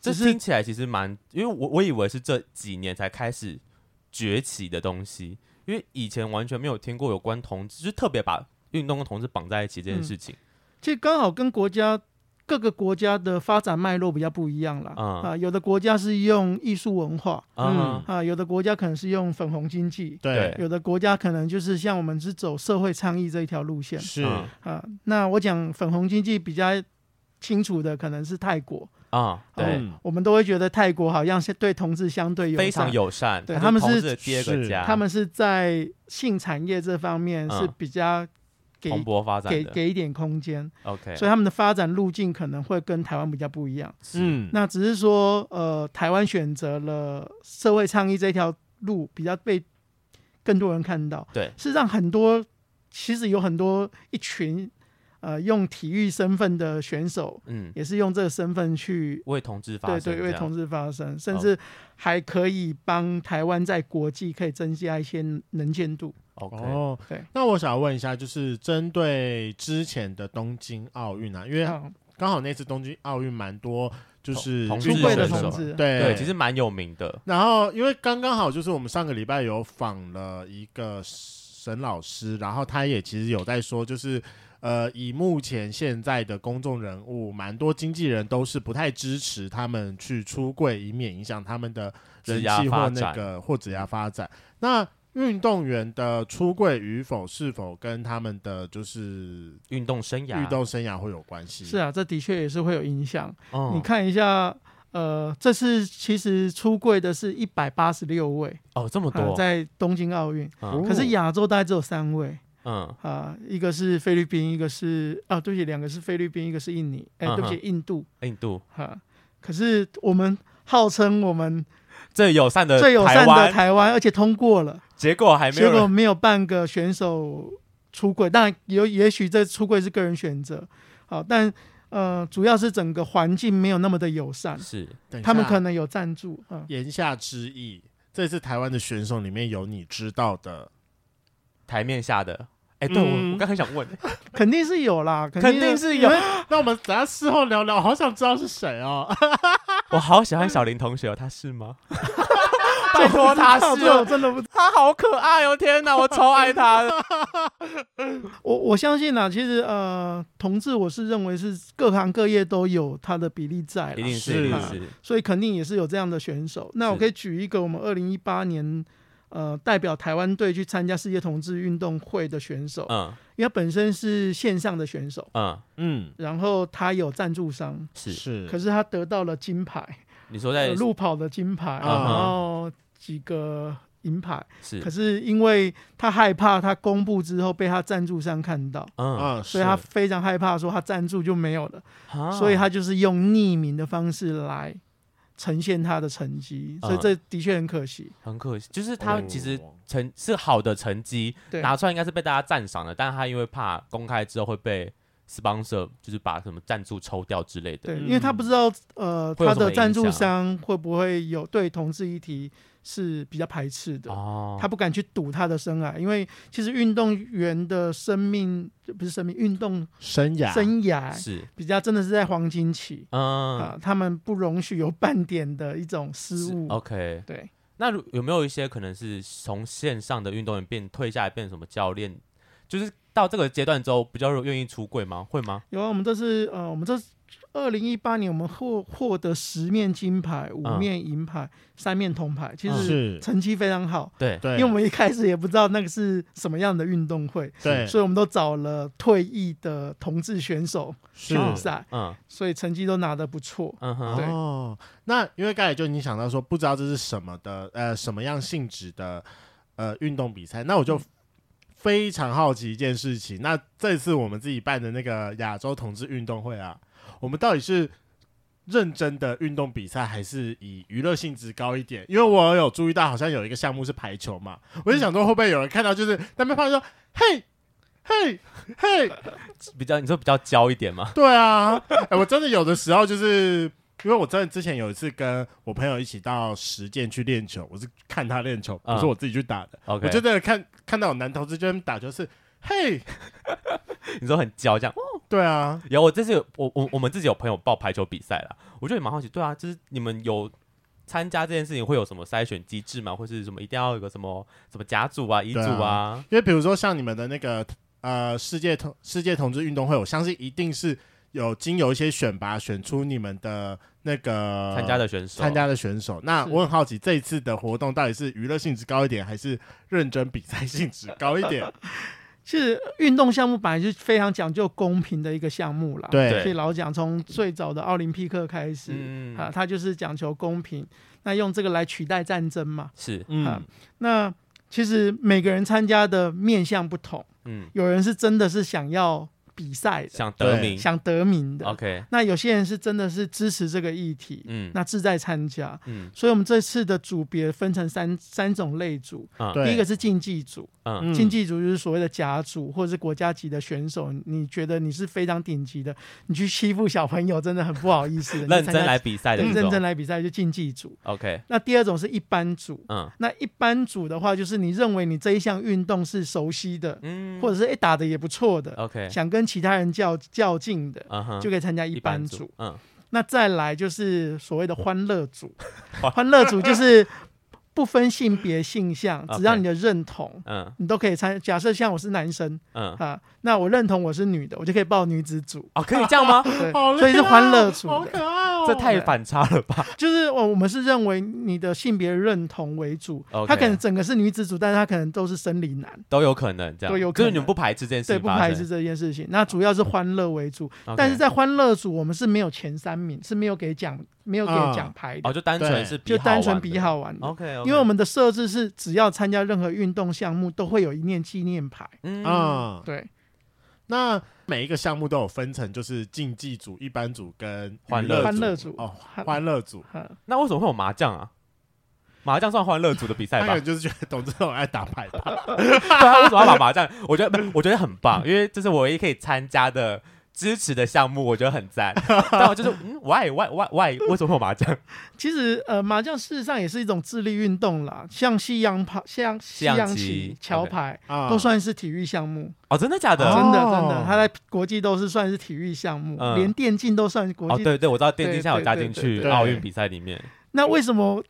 [SPEAKER 2] 这
[SPEAKER 3] 只是
[SPEAKER 2] 听起来其实蛮，因为我我以为是这几年才开始崛起的东西，因为以前完全没有听过有关同志，就特别把运动跟同志绑在一起这件
[SPEAKER 3] 嗯
[SPEAKER 2] 事情。
[SPEAKER 3] 其实刚好跟国家各个国家的发展脉络比较不一样啦。
[SPEAKER 2] 嗯
[SPEAKER 3] 啊，有的国家是用艺术文化，
[SPEAKER 2] 嗯哼，
[SPEAKER 3] 啊，有的国家可能是用粉红经济，
[SPEAKER 1] 对
[SPEAKER 3] 有的国家可能就是像我们是走社会倡议这一条路线
[SPEAKER 1] 是、
[SPEAKER 2] 嗯
[SPEAKER 3] 啊。那我讲粉红经济比较清楚的可能是泰国，
[SPEAKER 2] 啊，对，
[SPEAKER 1] 嗯
[SPEAKER 3] 我们都会觉得泰国好像是对同志相对友
[SPEAKER 2] 非
[SPEAKER 3] 善
[SPEAKER 2] 常友善，
[SPEAKER 3] 对
[SPEAKER 2] 它
[SPEAKER 3] 他们
[SPEAKER 2] 同
[SPEAKER 3] 是
[SPEAKER 2] 志的第二个
[SPEAKER 1] 是
[SPEAKER 2] 家，
[SPEAKER 3] 他们是在性产业这方面
[SPEAKER 2] 啊嗯
[SPEAKER 3] 是比较给、
[SPEAKER 2] 蓬勃发展
[SPEAKER 3] 给
[SPEAKER 2] 的。
[SPEAKER 3] 给一点空间，
[SPEAKER 2] OK，
[SPEAKER 3] 所以他们的发展路径可能会跟台湾比较不一样。
[SPEAKER 1] 嗯
[SPEAKER 3] 那只是说，呃，台湾选择了社会倡议这条路，比较被更多人看到。
[SPEAKER 2] 对
[SPEAKER 3] 事实上，很多其实有很多一群呃用体育身份的选手，
[SPEAKER 2] 嗯，
[SPEAKER 3] 也是用这个身份去
[SPEAKER 2] 为同志发
[SPEAKER 3] 对
[SPEAKER 2] 声，
[SPEAKER 3] 对为同
[SPEAKER 2] 志，
[SPEAKER 3] 志发声，甚至还可以帮台湾在国际可以增加一些能见度。
[SPEAKER 2] OK，、
[SPEAKER 1] 哦
[SPEAKER 3] 对，
[SPEAKER 1] 那我想问一下，就是针对之前的东京奥运啊，因为
[SPEAKER 3] 啊
[SPEAKER 1] 刚好那次东京奥运蛮多就是
[SPEAKER 2] 同同
[SPEAKER 1] 运
[SPEAKER 2] 志
[SPEAKER 1] 动
[SPEAKER 3] 出柜的
[SPEAKER 1] 选
[SPEAKER 3] 同
[SPEAKER 1] 手
[SPEAKER 3] 志
[SPEAKER 1] 对
[SPEAKER 2] 对，其实蛮有名的，
[SPEAKER 1] 然后因为刚刚好就是我们上个礼拜有访了一个沈老师，然后他也其实有在说，就是呃，以目前现在的公众人物，蛮多经纪人都是不太支持他们去出柜，以免影响他们的人
[SPEAKER 2] 职涯
[SPEAKER 1] 气
[SPEAKER 2] 发
[SPEAKER 1] 或
[SPEAKER 2] 展
[SPEAKER 1] 那个或职涯发展。那运动员的出柜与否，是否跟他们的就是
[SPEAKER 2] 运动生涯，
[SPEAKER 1] 运动生涯会有关系？
[SPEAKER 3] 是啊，这的确也是会有影响。
[SPEAKER 2] 嗯，
[SPEAKER 3] 你看一下，呃，这次其实出柜的是一百八十六位。
[SPEAKER 2] 哦，这么
[SPEAKER 3] 啊
[SPEAKER 2] 多，
[SPEAKER 3] 在东京奥运，
[SPEAKER 2] 嗯
[SPEAKER 1] 哦
[SPEAKER 3] 可是亚洲大概只有三位，
[SPEAKER 2] 嗯
[SPEAKER 3] 啊、一个是菲律宾，一个是啊，对不起，两个是菲律宾，一个是印尼，哎、
[SPEAKER 2] 嗯哼
[SPEAKER 3] 对不起，印度
[SPEAKER 2] 印度
[SPEAKER 3] 哈、可是我们号称我们
[SPEAKER 2] 最友善的
[SPEAKER 3] 最友善
[SPEAKER 2] 呃台
[SPEAKER 3] 的
[SPEAKER 2] 湾，
[SPEAKER 3] 台湾，而且通过了，
[SPEAKER 2] 结果还没
[SPEAKER 3] 结
[SPEAKER 2] 有
[SPEAKER 3] 果
[SPEAKER 2] 人
[SPEAKER 3] 没有半个选手出柜。当然有，也许这出柜是个人选择，好，但呃，主要是整个环境没有那么的友善，
[SPEAKER 2] 是
[SPEAKER 1] 等一
[SPEAKER 3] 他们
[SPEAKER 1] 下
[SPEAKER 3] 可能有赞助，嗯，
[SPEAKER 1] 言下之意，这次台湾的选手里面有你知道的，
[SPEAKER 2] 台面下的。哎，对我
[SPEAKER 1] 嗯
[SPEAKER 2] 我刚很想问，
[SPEAKER 3] 肯定啊是有啦，肯
[SPEAKER 2] 肯定是有
[SPEAKER 3] 因为
[SPEAKER 1] 那我们等下事后聊聊，好想知道是谁哦。
[SPEAKER 2] 我好喜欢小林同学哦，他是吗？拜托
[SPEAKER 3] *laughs*
[SPEAKER 2] 他
[SPEAKER 3] 到
[SPEAKER 2] 是
[SPEAKER 3] 最后
[SPEAKER 2] 哦，
[SPEAKER 3] 真的不
[SPEAKER 2] 他好可爱哦！天哪，我超爱他的。
[SPEAKER 3] 我我相信啊，其实呃，同志我是认为是各行各业都有它的比例在
[SPEAKER 2] 一
[SPEAKER 3] 啦，
[SPEAKER 2] 定
[SPEAKER 1] 是
[SPEAKER 2] 是，一定是，
[SPEAKER 3] 所以肯定也是有这样的选手。那我
[SPEAKER 2] 是
[SPEAKER 3] 可以举一个我们二零一八年呃代表台湾队去参加世界同志运动会的选手，
[SPEAKER 2] 嗯
[SPEAKER 3] 因为他本身是线上的选手，
[SPEAKER 2] 嗯，
[SPEAKER 1] 嗯，
[SPEAKER 3] 然后他有赞助商，
[SPEAKER 2] 是。
[SPEAKER 3] 可
[SPEAKER 1] 是，
[SPEAKER 3] 是他得到了金牌，
[SPEAKER 2] 你说
[SPEAKER 3] 呃
[SPEAKER 2] 在
[SPEAKER 3] 路跑的金牌，
[SPEAKER 1] 嗯
[SPEAKER 3] 然后几个银牌。
[SPEAKER 2] 啊是
[SPEAKER 3] 可，是因为他害怕他公布之后被他赞助商看到。
[SPEAKER 2] 嗯，
[SPEAKER 1] 嗯，
[SPEAKER 3] 所以他非常害怕，说他赞助就没有了，
[SPEAKER 2] 啊
[SPEAKER 3] 所以他就是用匿名的方式来呈现他的成绩，所以
[SPEAKER 2] 嗯
[SPEAKER 3] 这的确很可惜。
[SPEAKER 2] 很可惜，就是他其实
[SPEAKER 1] 哦
[SPEAKER 2] 成是好的成绩
[SPEAKER 3] 对
[SPEAKER 2] 拿出来，应该是被大家赞赏的，但他因为怕公开之后会被 sponsor，就是把什么赞助抽掉之类的。
[SPEAKER 3] 对，
[SPEAKER 1] 嗯
[SPEAKER 3] 因为他不知道呃
[SPEAKER 2] 会有
[SPEAKER 3] 他
[SPEAKER 2] 什么啊
[SPEAKER 3] 的赞助商会不会有对同志议题是比较排斥的，
[SPEAKER 2] 哦，
[SPEAKER 3] 他不敢去赌他的生涯，因为其实运动员的生命不是生命，运动
[SPEAKER 1] 生涯
[SPEAKER 3] 生涯
[SPEAKER 2] 是，
[SPEAKER 3] 比较真的是在黄金期啊、
[SPEAKER 2] 嗯，
[SPEAKER 3] 他们不容许有半点的一种失
[SPEAKER 2] 是哦
[SPEAKER 3] 误。
[SPEAKER 2] OK。
[SPEAKER 3] 对，
[SPEAKER 2] 那如有没有一些可能是从线上的运动员变退下来变什么教练，就是到这个阶段之后比较愿意出柜吗？会吗？
[SPEAKER 3] 有啊，我们这次呃，我们这二零一八年我们获获得十面金牌、五
[SPEAKER 2] 嗯
[SPEAKER 3] 面银牌、三面铜牌，其
[SPEAKER 2] 嗯
[SPEAKER 3] 实
[SPEAKER 1] 是，
[SPEAKER 3] 成绩非常好。
[SPEAKER 2] 对，
[SPEAKER 1] 对，
[SPEAKER 3] 因为我们一开始也不知道那个是什么样的运动会，
[SPEAKER 1] 对
[SPEAKER 3] 所以我们都找了退役的同志选手去
[SPEAKER 1] 是
[SPEAKER 3] 比赛，
[SPEAKER 2] 嗯
[SPEAKER 3] 所以成绩都拿得不错。
[SPEAKER 2] 嗯哼，
[SPEAKER 3] 对
[SPEAKER 1] 哦，那因为刚才就已经想到说，不知道这是什么的，呃，什么样性质的呃运动比赛，那我就非常好奇一件事情。那这次我们自己办的那个亚洲同志运动会啊，我们到底是认真的运动比赛，还是以娱乐性质高一点？因为我有注意到，好像有一个项目是排球嘛，我就想说会不会有人看到，就是那边发现说，嘿。嘿，嘿，
[SPEAKER 2] 比较你说比较娇一点吗？
[SPEAKER 1] 对啊，哎我真的有的时候就是因为我真的之前有一次跟我朋友一起到实践去练球，我是看他练球，
[SPEAKER 2] 嗯
[SPEAKER 1] 不是我自己去打的。
[SPEAKER 2] OK，
[SPEAKER 1] 我就真的看看到有男同志就在那边打球是，嘿，
[SPEAKER 2] 你说很娇这样。
[SPEAKER 1] 对啊，
[SPEAKER 2] 有，我这次有我我我们自己有朋友报排球比赛啦，我觉得也蛮好奇，对啊，就是你们有参加这件事情会有什么筛选机制吗？或是什么一定要有个什么什么甲组啊、乙组啊？
[SPEAKER 1] 因为比如说像你们的那个呃世界同世界同志运动会，我相信一定是有经由一些选拔选出你们的那个
[SPEAKER 2] 啊参加的选手，
[SPEAKER 1] 参加的选手。那
[SPEAKER 3] 是
[SPEAKER 1] 我很好奇，这一次的活动到底是娱乐性质高一点，还是认真比赛性质高一点？
[SPEAKER 3] 其实运动项目本来就非常讲究公平的一个项目啦，
[SPEAKER 1] 对
[SPEAKER 3] 所以老讲从最早的奥林匹克开始、
[SPEAKER 2] 嗯，
[SPEAKER 3] 啊，它就是讲求公平，那用这个来取代战争嘛。
[SPEAKER 2] 是，
[SPEAKER 3] 啊
[SPEAKER 1] 嗯，
[SPEAKER 3] 那其实每个人参加的面向不同，
[SPEAKER 2] 嗯，
[SPEAKER 3] 有人是真的是想要比赛的，
[SPEAKER 2] 想得
[SPEAKER 1] 对
[SPEAKER 2] 名
[SPEAKER 3] 想得名的。
[SPEAKER 2] ，OK，
[SPEAKER 3] 那有些人是真的是支持这个议题，
[SPEAKER 2] 嗯
[SPEAKER 3] 那志在参加。
[SPEAKER 2] 嗯
[SPEAKER 3] 所以我们这次的组别分成三三种类组，
[SPEAKER 2] 啊
[SPEAKER 1] 对
[SPEAKER 3] 第一个是竞技组，
[SPEAKER 2] 嗯
[SPEAKER 1] 嗯
[SPEAKER 3] 竞技组就是所谓的甲组或者是国家级的选手，你觉得你是非常顶级的，你去欺负小朋友真的很不好意思的。你
[SPEAKER 2] 认
[SPEAKER 3] 参
[SPEAKER 2] 真
[SPEAKER 3] 加
[SPEAKER 2] 来比赛的
[SPEAKER 3] 对
[SPEAKER 2] 那
[SPEAKER 3] 认真
[SPEAKER 2] 种
[SPEAKER 3] 来比赛就竞技组。
[SPEAKER 2] ，OK，
[SPEAKER 3] 那第二种是一般组，
[SPEAKER 2] 嗯
[SPEAKER 3] 那一般组的话，就是你认为你这一项运动是熟悉的，
[SPEAKER 2] 嗯，
[SPEAKER 3] 或者是诶打的也不错的，
[SPEAKER 2] OK，
[SPEAKER 3] 想跟其他人较较劲的，
[SPEAKER 2] 嗯哼，
[SPEAKER 3] 就可以参加
[SPEAKER 2] 一
[SPEAKER 3] 一
[SPEAKER 2] 般
[SPEAKER 3] 般
[SPEAKER 2] 组
[SPEAKER 3] 组。，
[SPEAKER 2] 嗯，
[SPEAKER 3] 那再来就是所谓的欢乐组，
[SPEAKER 2] *laughs*
[SPEAKER 3] 欢乐组就是不分性别性向，
[SPEAKER 2] *laughs* OK
[SPEAKER 3] 只要你的认同，
[SPEAKER 2] 嗯
[SPEAKER 3] 你都可以参。假设像我是男生
[SPEAKER 2] 嗯，
[SPEAKER 3] 啊，那我认同我是女的，我就可以报女子组。
[SPEAKER 2] *laughs*
[SPEAKER 3] *laughs*
[SPEAKER 2] 哦，可以这样吗？
[SPEAKER 3] 对，
[SPEAKER 1] 好累啊
[SPEAKER 3] 所以是欢乐组
[SPEAKER 1] 好
[SPEAKER 3] 的。
[SPEAKER 1] 可爱哦。
[SPEAKER 3] 哦，
[SPEAKER 2] 这太反差了吧？
[SPEAKER 3] 就是我我们是认为你的性别认同为主，
[SPEAKER 2] OK
[SPEAKER 3] 他可能整个是女子组，但是他可能都是生理男，
[SPEAKER 2] 都有可能这样，
[SPEAKER 3] 都有可
[SPEAKER 2] 就
[SPEAKER 3] 能
[SPEAKER 2] 是你们不排斥这件事
[SPEAKER 3] 对，
[SPEAKER 2] 情
[SPEAKER 3] 不
[SPEAKER 2] 发生，
[SPEAKER 3] 排斥这件事情。那主要是欢乐为主，
[SPEAKER 2] OK，
[SPEAKER 3] 但是在欢乐组我们是没有前三名，是没有给奖，没有给
[SPEAKER 1] 嗯
[SPEAKER 3] 奖牌的，
[SPEAKER 2] 哦，就单
[SPEAKER 1] 对
[SPEAKER 2] 纯是比
[SPEAKER 3] 就单纯
[SPEAKER 2] 玩
[SPEAKER 3] 比
[SPEAKER 2] 的
[SPEAKER 3] 好玩的。
[SPEAKER 2] OK，
[SPEAKER 3] 因为我们的设置是，只要参加任何运动项目，都会有一面纪念牌。啊
[SPEAKER 2] 嗯
[SPEAKER 1] 嗯，
[SPEAKER 3] 对，
[SPEAKER 1] 那每一个项目都有分成，就是竞技组、一般组跟
[SPEAKER 2] 欢
[SPEAKER 1] 娱
[SPEAKER 2] 乐
[SPEAKER 1] 乐
[SPEAKER 3] 欢乐组
[SPEAKER 1] 哦，欢乐组。
[SPEAKER 3] 嗯
[SPEAKER 2] 那为什么会有麻将啊？麻将算欢乐组的比赛
[SPEAKER 1] 他
[SPEAKER 2] 吧
[SPEAKER 1] 可能？就是觉得董志龙爱打牌吧，
[SPEAKER 2] *laughs* 对啊，为什么要把麻将？我觉得我觉得很棒，因为这是我唯一可以参加的支持的项目，我觉得很
[SPEAKER 3] *laughs*
[SPEAKER 2] 赞。但我就是嗯，why why why why 为什么会有麻将？
[SPEAKER 3] 其实呃，麻将事实上也是一种智力运动啦，像西洋牌、像西
[SPEAKER 2] 洋
[SPEAKER 3] 洋
[SPEAKER 2] 棋
[SPEAKER 3] 棋、
[SPEAKER 2] ，OK
[SPEAKER 3] 桥牌。 *laughs*
[SPEAKER 1] 啊，
[SPEAKER 3] 都算是体育项目，
[SPEAKER 2] 哦，真的假的？
[SPEAKER 1] 哦
[SPEAKER 3] 真的真的，它在国际都是算是体育项目，
[SPEAKER 2] 嗯
[SPEAKER 3] 连电竞都算是国
[SPEAKER 2] 哦，
[SPEAKER 3] 际。
[SPEAKER 2] 对对，我知道电竞现在有加进
[SPEAKER 3] 对对
[SPEAKER 1] 对
[SPEAKER 2] 去
[SPEAKER 1] 对
[SPEAKER 2] 奥运比赛里面，
[SPEAKER 3] 那为什么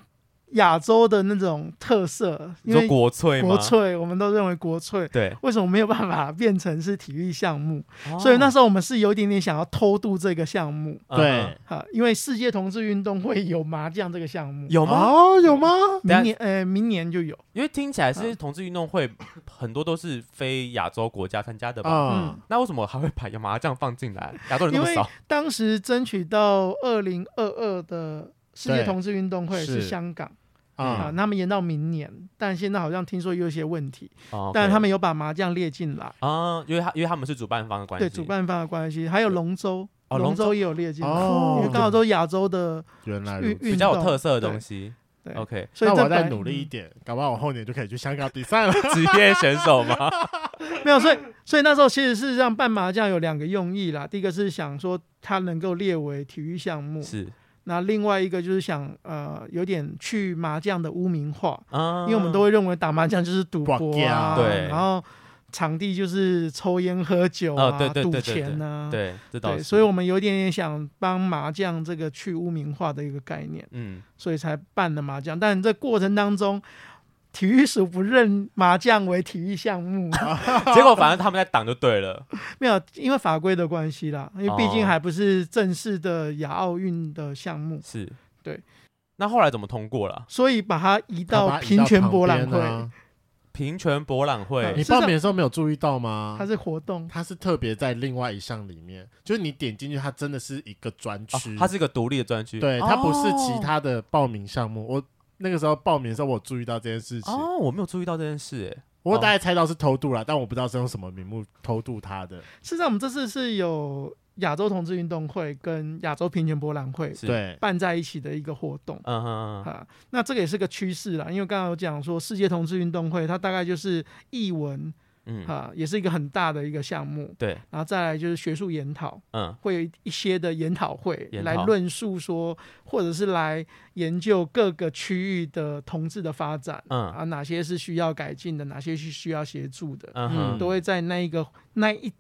[SPEAKER 3] 亚洲的那种特色，
[SPEAKER 2] 你
[SPEAKER 3] 因
[SPEAKER 2] 说
[SPEAKER 3] 为
[SPEAKER 2] 国粹吗？
[SPEAKER 3] 国粹，我们都认为国粹，
[SPEAKER 2] 对，
[SPEAKER 3] 为什么没有办法变成是体育项目？所以那时候我们是有一点点想要偷渡这个项目。
[SPEAKER 2] 哦
[SPEAKER 1] 对
[SPEAKER 2] 嗯，
[SPEAKER 3] 啊，因为世界同志运动会有麻将这个项目，
[SPEAKER 2] 有吗？
[SPEAKER 1] 哦，有吗？
[SPEAKER 2] 等下
[SPEAKER 3] 明年呃明年就有，
[SPEAKER 2] 因为听起来
[SPEAKER 3] 嗯
[SPEAKER 2] 是同志运动会很多都是非亚洲国家参加的
[SPEAKER 3] 哦
[SPEAKER 2] 吧？
[SPEAKER 3] 嗯
[SPEAKER 1] 啊，
[SPEAKER 2] 那为什么还会把麻将放进来？亚洲人那
[SPEAKER 3] 因
[SPEAKER 2] 么
[SPEAKER 3] 为
[SPEAKER 2] 少，
[SPEAKER 3] 当时争取到二零二二的世
[SPEAKER 1] 对
[SPEAKER 3] 界同志运动会
[SPEAKER 1] 是
[SPEAKER 3] 是香港啊，
[SPEAKER 1] 啊，
[SPEAKER 3] 他们延到明年，但现在好像听说有一些问题，
[SPEAKER 2] 哦，OK
[SPEAKER 3] 但他们有把麻将列进来，
[SPEAKER 2] 啊，因为他因为他们是主办方的关系，
[SPEAKER 3] 对主办方的关系，还有龙舟，
[SPEAKER 2] 哦龙
[SPEAKER 3] 龙
[SPEAKER 2] 舟
[SPEAKER 3] 舟也有列进来，
[SPEAKER 1] 哦
[SPEAKER 3] 因为刚好都是亚洲的
[SPEAKER 1] 原来如
[SPEAKER 3] 运
[SPEAKER 1] 此。
[SPEAKER 3] 运
[SPEAKER 2] 比较有
[SPEAKER 3] 动
[SPEAKER 2] 特色的
[SPEAKER 3] 对
[SPEAKER 2] 东西。
[SPEAKER 3] 对
[SPEAKER 2] OK， *laughs*
[SPEAKER 3] 所以
[SPEAKER 1] 那
[SPEAKER 3] 这
[SPEAKER 1] 我再
[SPEAKER 3] 本嗯
[SPEAKER 1] 努力一点，搞不好我后年就可以去香港比 *laughs* 赛了。
[SPEAKER 2] 职业选手
[SPEAKER 3] *laughs*
[SPEAKER 2] 吗？
[SPEAKER 3] 没有，所以所以那时候其实事实上办麻将有两个用意啦，第一个是想说它能够列为体育项目，
[SPEAKER 2] 是
[SPEAKER 3] 那另外一个就是想呃有点去麻将的污名化，
[SPEAKER 2] 啊，
[SPEAKER 3] 因为我们都会认为打麻将就是赌
[SPEAKER 1] 博
[SPEAKER 3] 博
[SPEAKER 1] 家
[SPEAKER 3] 啊，
[SPEAKER 2] 对
[SPEAKER 3] 然后场地就是抽烟喝酒
[SPEAKER 2] 哦
[SPEAKER 3] 啊，
[SPEAKER 2] 对对对
[SPEAKER 3] 赌
[SPEAKER 2] 对
[SPEAKER 3] 钱啊，
[SPEAKER 2] 对，这倒
[SPEAKER 3] 对，
[SPEAKER 2] 是，
[SPEAKER 3] 所以我们有一点点想帮麻将这个去污名化的一个概念， *laughs*
[SPEAKER 2] 嗯，
[SPEAKER 3] 所以才办了麻将，但这过程当中。体育署不认麻将为体育项目，啊
[SPEAKER 2] *laughs* 结果反正他们在挡就对了。
[SPEAKER 3] 没有，因为法规的关系啦，因为毕
[SPEAKER 2] 哦
[SPEAKER 3] 竟还不是正式的亚奥运的项目，
[SPEAKER 2] 是，
[SPEAKER 3] 对。
[SPEAKER 2] 那后来怎么通过了？
[SPEAKER 3] 所以把它移到
[SPEAKER 1] 把它移
[SPEAKER 3] 平权博览
[SPEAKER 1] 旁
[SPEAKER 3] 会，
[SPEAKER 1] 边啊
[SPEAKER 2] 平权博览
[SPEAKER 1] 你
[SPEAKER 2] 会
[SPEAKER 3] 嗯
[SPEAKER 1] 报名的时候没有注意到吗
[SPEAKER 3] 它？是活动，
[SPEAKER 1] 它是特别在另外一项里面，就是你点进去，它真的是一个专
[SPEAKER 2] 哦
[SPEAKER 1] 区，
[SPEAKER 2] 它是一个独立的专区，
[SPEAKER 1] 对，它不是其
[SPEAKER 2] 哦
[SPEAKER 1] 他的报名项目。我那个时候报名的时候，我注意到这件事情，
[SPEAKER 2] 哦，我没有注意到这件事，哎，
[SPEAKER 1] 我大概猜到是偷渡啦，但我不知道是用什么名目偷渡他的。
[SPEAKER 3] 事实上，我们这次是有亚洲同志运动会跟亚洲平权博览会
[SPEAKER 2] 是，
[SPEAKER 1] 对，
[SPEAKER 3] 办在一起的一个活动
[SPEAKER 2] 嗯哼，嗯
[SPEAKER 3] 啊。那这个也是个趋势啦，因为刚刚有讲说世界同志运动会，它大概就是译文
[SPEAKER 2] 嗯嗯，
[SPEAKER 3] 啊，也是一个很大的一个项目，
[SPEAKER 2] 对，
[SPEAKER 3] 然后再来就是学术研讨。
[SPEAKER 2] 嗯
[SPEAKER 3] 会有一一些的研讨会
[SPEAKER 2] 研讨
[SPEAKER 3] 来论述说，或者是来研究各个区域的同志的发展、
[SPEAKER 2] 嗯
[SPEAKER 3] 啊，哪些是需要改进的，哪些是需要协助的，
[SPEAKER 2] 嗯哼，
[SPEAKER 3] 都会在那一个那一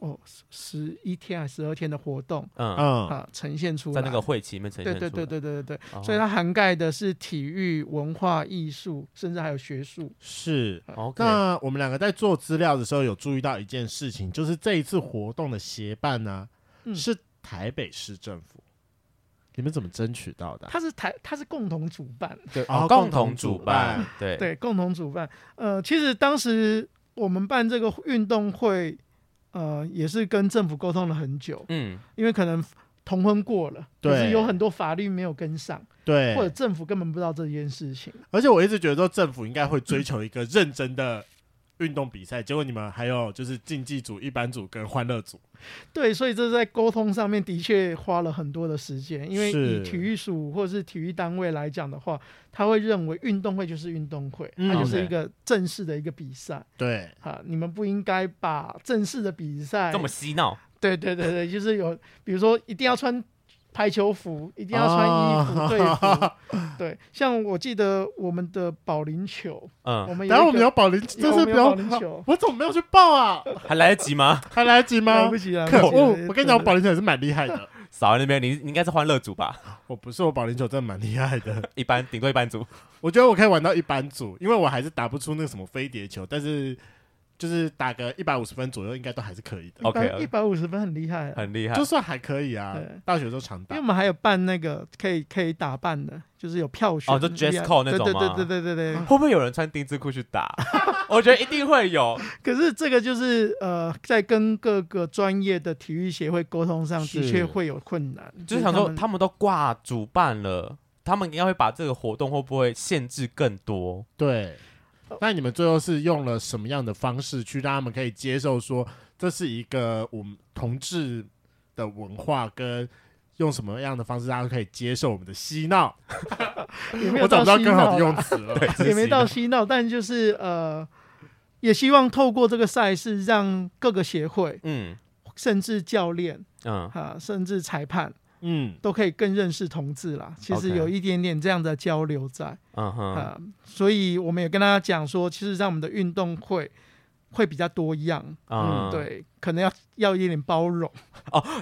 [SPEAKER 3] 哦十一天还是十二天的活动
[SPEAKER 2] 嗯，
[SPEAKER 1] 嗯，
[SPEAKER 3] 啊呈现出来。
[SPEAKER 2] 在那个会期里面呈
[SPEAKER 3] 对
[SPEAKER 2] 现出
[SPEAKER 3] 对
[SPEAKER 2] 来，
[SPEAKER 3] 对对对对对，
[SPEAKER 2] 哦，
[SPEAKER 3] 所以它涵盖的是体育、文化、艺术，甚至还有学术。
[SPEAKER 1] 是。
[SPEAKER 2] OK，
[SPEAKER 1] 那我们两个在做资料的时候，有注意到一件事情，就是这一次活动的协办呢、
[SPEAKER 3] 嗯
[SPEAKER 1] 是台北市政府。你们怎么争取到的啊、
[SPEAKER 3] 它是台，它是共同主办，
[SPEAKER 2] 对
[SPEAKER 1] 哦
[SPEAKER 2] 哦，
[SPEAKER 1] 共
[SPEAKER 2] 共同
[SPEAKER 1] 同
[SPEAKER 2] 主
[SPEAKER 1] 主办
[SPEAKER 2] 办，对，
[SPEAKER 3] 对，共同主办。呃，其实当时我们办这个运动会，呃，也是跟政府沟通了很久，
[SPEAKER 2] 嗯，
[SPEAKER 3] 因为可能同婚过了，
[SPEAKER 1] 对
[SPEAKER 3] 可是有很多法律没有跟上，
[SPEAKER 1] 对，
[SPEAKER 3] 或者政府根本不知道这件事情。
[SPEAKER 1] 而且我一直觉得说政府应该会追求一个认真的运动比赛，结果你们还有就是竞技组、一般组跟欢乐组，
[SPEAKER 3] 对，所以这在沟通上面的确花了很多的时间，因为
[SPEAKER 1] 是
[SPEAKER 3] 以体育署或者是体育单位来讲的话，他会认为运动会就是运动会，
[SPEAKER 1] 嗯
[SPEAKER 3] 它就是一
[SPEAKER 2] OK
[SPEAKER 3] 个正式的一个比赛
[SPEAKER 1] 对，
[SPEAKER 3] 啊，你们不应该把正式的比赛
[SPEAKER 2] 这么嬉闹，
[SPEAKER 3] 对对对对，就是有，比如说一定要穿排球服，一定要穿衣服、
[SPEAKER 1] 啊
[SPEAKER 3] 队服，
[SPEAKER 1] *laughs*
[SPEAKER 3] 对。像我记得我们的保龄球，我
[SPEAKER 2] 嗯，
[SPEAKER 3] 们有
[SPEAKER 1] 然后
[SPEAKER 3] 一
[SPEAKER 1] 我们
[SPEAKER 3] 个
[SPEAKER 1] 有保龄，这
[SPEAKER 3] 我
[SPEAKER 1] 是
[SPEAKER 3] 们
[SPEAKER 1] 不
[SPEAKER 3] 有
[SPEAKER 1] 要
[SPEAKER 3] 保龄球，
[SPEAKER 1] 我怎么没有去报
[SPEAKER 3] *laughs*
[SPEAKER 1] 啊？
[SPEAKER 2] 还来得及吗？ *laughs*
[SPEAKER 1] 还来得及
[SPEAKER 3] 来
[SPEAKER 1] 吗
[SPEAKER 3] 不？及了，
[SPEAKER 1] 可
[SPEAKER 3] 来不及了
[SPEAKER 1] 恶！我跟你讲，我保，龄球也是蛮厉害的。
[SPEAKER 2] 少在那边，你你应该是欢乐组吧？
[SPEAKER 1] 我不是，我保龄球真的蛮厉害的。
[SPEAKER 2] 一般顶多一般组，
[SPEAKER 1] 我觉得我可以玩到一般组，因为我还是打不出那个什么飞碟球，但是就是打个一百五十分左右，应该都还是可以的，
[SPEAKER 2] OK，
[SPEAKER 3] 一百五十分很厉害啊，
[SPEAKER 2] 很厉害
[SPEAKER 1] 就。算还可以啊
[SPEAKER 3] 对。
[SPEAKER 1] 大学都常
[SPEAKER 3] 因
[SPEAKER 1] 打
[SPEAKER 3] 为我，们还有办那个可以可以打扮的，就是有票选
[SPEAKER 2] 哦就 dress
[SPEAKER 3] 厉害
[SPEAKER 2] code 那种
[SPEAKER 3] 对
[SPEAKER 2] 吗
[SPEAKER 3] 对对对对对对。
[SPEAKER 2] 会不会有人穿丁字裤去打？ *laughs* 我觉得一定会有。
[SPEAKER 3] 可是这个就是呃，在跟各个专业的体育协会沟通上，
[SPEAKER 1] 是
[SPEAKER 3] 的确会有困难。
[SPEAKER 2] 就是想说，
[SPEAKER 3] 们
[SPEAKER 2] 他们都挂主办了，他们应该会把这个活动会不会限制更多？
[SPEAKER 1] 对。那你们最后是用了什么样的方式去让他们可以接受说这是一个我们同志的文化，跟用什么样的方式让他可以接受我们的嬉闹？
[SPEAKER 3] 也没有
[SPEAKER 1] 我找不
[SPEAKER 3] 到
[SPEAKER 1] 到
[SPEAKER 3] 嬉
[SPEAKER 1] 更好的
[SPEAKER 3] 闹
[SPEAKER 1] 用
[SPEAKER 3] 啦，
[SPEAKER 1] 词了。
[SPEAKER 2] 对，
[SPEAKER 3] *laughs* 也没到
[SPEAKER 2] 自己
[SPEAKER 3] 嬉闹，但就是呃，也希望透过这个赛事，让各个协会，
[SPEAKER 2] 嗯
[SPEAKER 3] 甚至教练
[SPEAKER 2] 嗯，
[SPEAKER 3] 啊，甚至裁判，
[SPEAKER 1] 嗯，
[SPEAKER 3] 都可以更认识同志啦。其实
[SPEAKER 2] OK
[SPEAKER 3] 有一点点这样的交流在啊、
[SPEAKER 2] 嗯哼，
[SPEAKER 3] 所以我们也跟大家讲说，其实让我们的运动会会比较多样，
[SPEAKER 2] 嗯，，
[SPEAKER 3] 对，可能要要一点包容，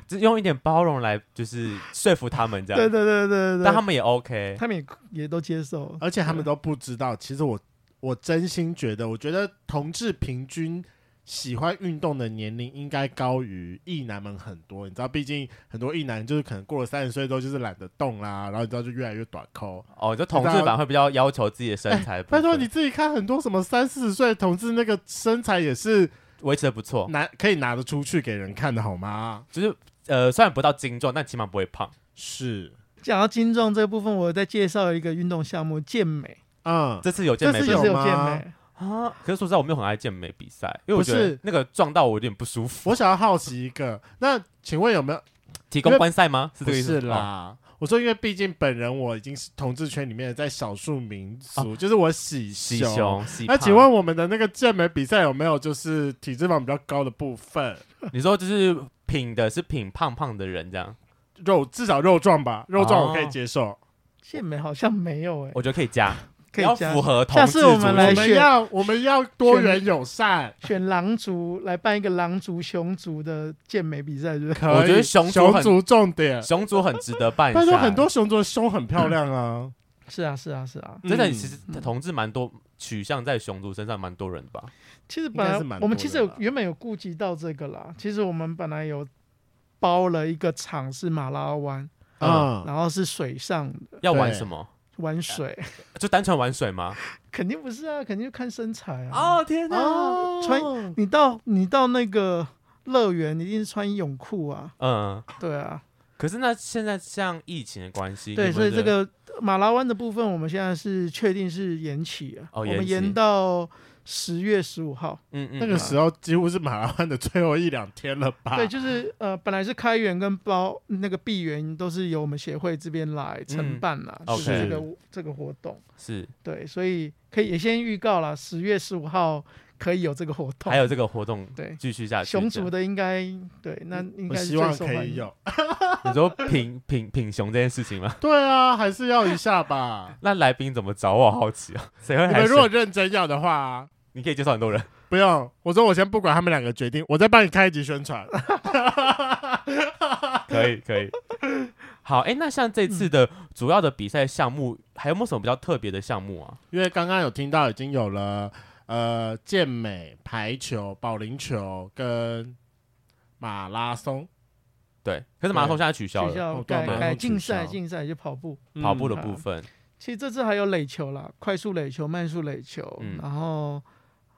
[SPEAKER 2] 只用一点包容来，就是说服他们这
[SPEAKER 3] 对
[SPEAKER 2] 样，
[SPEAKER 3] 对对对对，
[SPEAKER 2] 但他们也 OK，
[SPEAKER 3] 他们也也都接受，
[SPEAKER 1] 而且他们都不知道。其实我我真心觉得，我觉得同志平均喜欢运动的年龄应该高于异男们很多。你知道，毕竟很多异男就是可能过了三十岁之后就是懒得动啦，然后你知道就越来越短扣。
[SPEAKER 2] 哦，就同志版会比较要求自己的身材部
[SPEAKER 1] 拜
[SPEAKER 2] 分，
[SPEAKER 1] 托你自己看，很多什么三四十岁的同志那个身材也是
[SPEAKER 2] 维持的不错，
[SPEAKER 1] 拿可以拿得出去给人看的好吗？
[SPEAKER 2] 就是呃，虽然不到精壮，但起码不会胖。
[SPEAKER 1] 是，
[SPEAKER 3] 讲到精壮这个部分，我再介绍一个运动项目——健美，
[SPEAKER 1] 嗯，
[SPEAKER 2] 这次有健
[SPEAKER 1] 这
[SPEAKER 2] 美比
[SPEAKER 1] 次
[SPEAKER 3] 就
[SPEAKER 1] 有
[SPEAKER 3] 是有
[SPEAKER 1] 吗
[SPEAKER 3] 健美。
[SPEAKER 2] 啊，可是说实在，我没有很爱健美比赛，因为我觉
[SPEAKER 1] 不
[SPEAKER 2] 得
[SPEAKER 1] 是
[SPEAKER 2] 那个撞到我有点不舒服。
[SPEAKER 1] 我想要好奇一个，那请问有没有
[SPEAKER 2] 提供观赛吗？是这
[SPEAKER 1] 不
[SPEAKER 2] 个意思哦
[SPEAKER 1] 是？啦，我说因为毕竟本人我已经是同志圈里面的在少数民族，就是我喜
[SPEAKER 2] 哦喜
[SPEAKER 1] 胸。
[SPEAKER 2] 胸，喜
[SPEAKER 1] 那
[SPEAKER 2] 胖
[SPEAKER 1] 啊请问我们的那个健美比赛有没有就是体脂肪比较高的部分？
[SPEAKER 2] 你说就是品的是品胖胖的人这样，
[SPEAKER 1] 肉至少肉壮吧，肉
[SPEAKER 2] 哦
[SPEAKER 1] 壮我可以接受。
[SPEAKER 3] 健美好像没有哎、
[SPEAKER 2] 我觉得可以加，
[SPEAKER 3] 可以
[SPEAKER 2] 哦要
[SPEAKER 3] 加
[SPEAKER 2] 符合同
[SPEAKER 3] 下
[SPEAKER 2] 志
[SPEAKER 3] 次
[SPEAKER 2] 主
[SPEAKER 3] 我们来
[SPEAKER 1] 我
[SPEAKER 2] 义
[SPEAKER 1] 们
[SPEAKER 3] 选
[SPEAKER 1] 要我们要多元友善，
[SPEAKER 3] 选狼族来办一个狼族、熊族的健美比赛，是不是？
[SPEAKER 1] 可以。
[SPEAKER 2] 我觉得熊族
[SPEAKER 1] 熊
[SPEAKER 2] 很
[SPEAKER 1] 族重点，
[SPEAKER 2] 熊族很值得办一
[SPEAKER 1] 但是
[SPEAKER 2] 下，
[SPEAKER 1] 很多熊族的胸很漂亮啊，
[SPEAKER 3] 是啊，是啊，是啊。
[SPEAKER 2] 真的
[SPEAKER 1] 嗯
[SPEAKER 2] 其实同志蛮多取向在熊族身上蛮多人的吧，
[SPEAKER 3] 其实
[SPEAKER 1] 应
[SPEAKER 3] 本
[SPEAKER 1] 该
[SPEAKER 3] 来
[SPEAKER 1] 是蛮
[SPEAKER 3] 我们
[SPEAKER 1] 多
[SPEAKER 3] 其实
[SPEAKER 1] 的
[SPEAKER 3] 有
[SPEAKER 1] 啦
[SPEAKER 3] 原本有顾及到这个啦，其实我们本来有包了一个场是马拉湾，
[SPEAKER 2] 呃
[SPEAKER 1] 嗯，
[SPEAKER 3] 然后是水上的
[SPEAKER 2] 要玩
[SPEAKER 1] 对
[SPEAKER 2] 什么？
[SPEAKER 3] 玩水， *laughs*
[SPEAKER 2] 就单纯玩水吗？
[SPEAKER 3] 肯定不是啊，肯定就看身材啊。
[SPEAKER 2] 哦天哪！
[SPEAKER 1] 哦
[SPEAKER 2] 嗯
[SPEAKER 3] 穿你到你到那个乐园，你一定是穿泳裤啊，
[SPEAKER 2] 嗯，
[SPEAKER 3] 对啊，
[SPEAKER 2] 可是那现在像疫情的关系，
[SPEAKER 3] 对，
[SPEAKER 2] 你们
[SPEAKER 3] 所以
[SPEAKER 2] 的
[SPEAKER 3] 这个马拉湾的部分，我们现在是确定是延期啊，
[SPEAKER 2] 哦
[SPEAKER 3] 我
[SPEAKER 2] 延
[SPEAKER 3] 们
[SPEAKER 2] 期
[SPEAKER 3] 延到十月十五号。
[SPEAKER 2] 嗯嗯
[SPEAKER 1] 那个时候几乎是马拉湾的最后一两天了
[SPEAKER 2] 啊
[SPEAKER 1] 吧？
[SPEAKER 3] 对，就是呃，本来是开源跟包那个闭源都是由我们协会这边来承办啦，
[SPEAKER 2] 嗯
[SPEAKER 3] 就
[SPEAKER 1] OK
[SPEAKER 3] 是这个这个活动。
[SPEAKER 2] 是
[SPEAKER 3] 对，所以可以也先预告了，十月十五号可以有这个活动。
[SPEAKER 2] 还有啊这个活动
[SPEAKER 3] 对
[SPEAKER 2] 继续下去，
[SPEAKER 3] 熊
[SPEAKER 2] 这样
[SPEAKER 3] 族的应该对，那
[SPEAKER 2] 嗯
[SPEAKER 3] 应
[SPEAKER 1] 我
[SPEAKER 3] 该是
[SPEAKER 1] 希
[SPEAKER 3] 最
[SPEAKER 1] 望
[SPEAKER 3] 受
[SPEAKER 1] 可
[SPEAKER 3] 欢
[SPEAKER 1] 以
[SPEAKER 3] 迎。
[SPEAKER 1] 有。
[SPEAKER 2] *laughs* 你说品品品熊这件事情
[SPEAKER 1] *laughs*
[SPEAKER 2] 吗？。
[SPEAKER 1] 对啊，还是要一下吧
[SPEAKER 2] *laughs* 那来宾怎么找我？好奇啊，谁会
[SPEAKER 1] 你
[SPEAKER 2] 来
[SPEAKER 1] 们
[SPEAKER 2] 选？
[SPEAKER 1] 如果认真要的话，
[SPEAKER 2] 你可以介绍很多人，
[SPEAKER 1] 不用。我说我先不管他们两个决定，我再帮你开一集宣传。
[SPEAKER 2] 可以可以。好，哎、那像这次的主要的比赛项目，还有没有什么比较特别的项目啊？
[SPEAKER 1] 因为刚刚有听到已经有了呃健美、排球、保龄球跟马拉松、
[SPEAKER 2] 对，可是马拉松
[SPEAKER 1] 对
[SPEAKER 2] 现在取消
[SPEAKER 3] 取
[SPEAKER 2] 了
[SPEAKER 1] 哦
[SPEAKER 3] 消
[SPEAKER 1] 对
[SPEAKER 3] 改
[SPEAKER 1] 马拉松
[SPEAKER 3] 改
[SPEAKER 1] 取
[SPEAKER 3] 竞赛，
[SPEAKER 1] 消
[SPEAKER 3] 竞赛就跑步。
[SPEAKER 1] 嗯
[SPEAKER 2] 跑步的部分，
[SPEAKER 3] 其实这次还有垒球啦，快速垒球、慢速垒球，
[SPEAKER 2] 嗯
[SPEAKER 3] 然后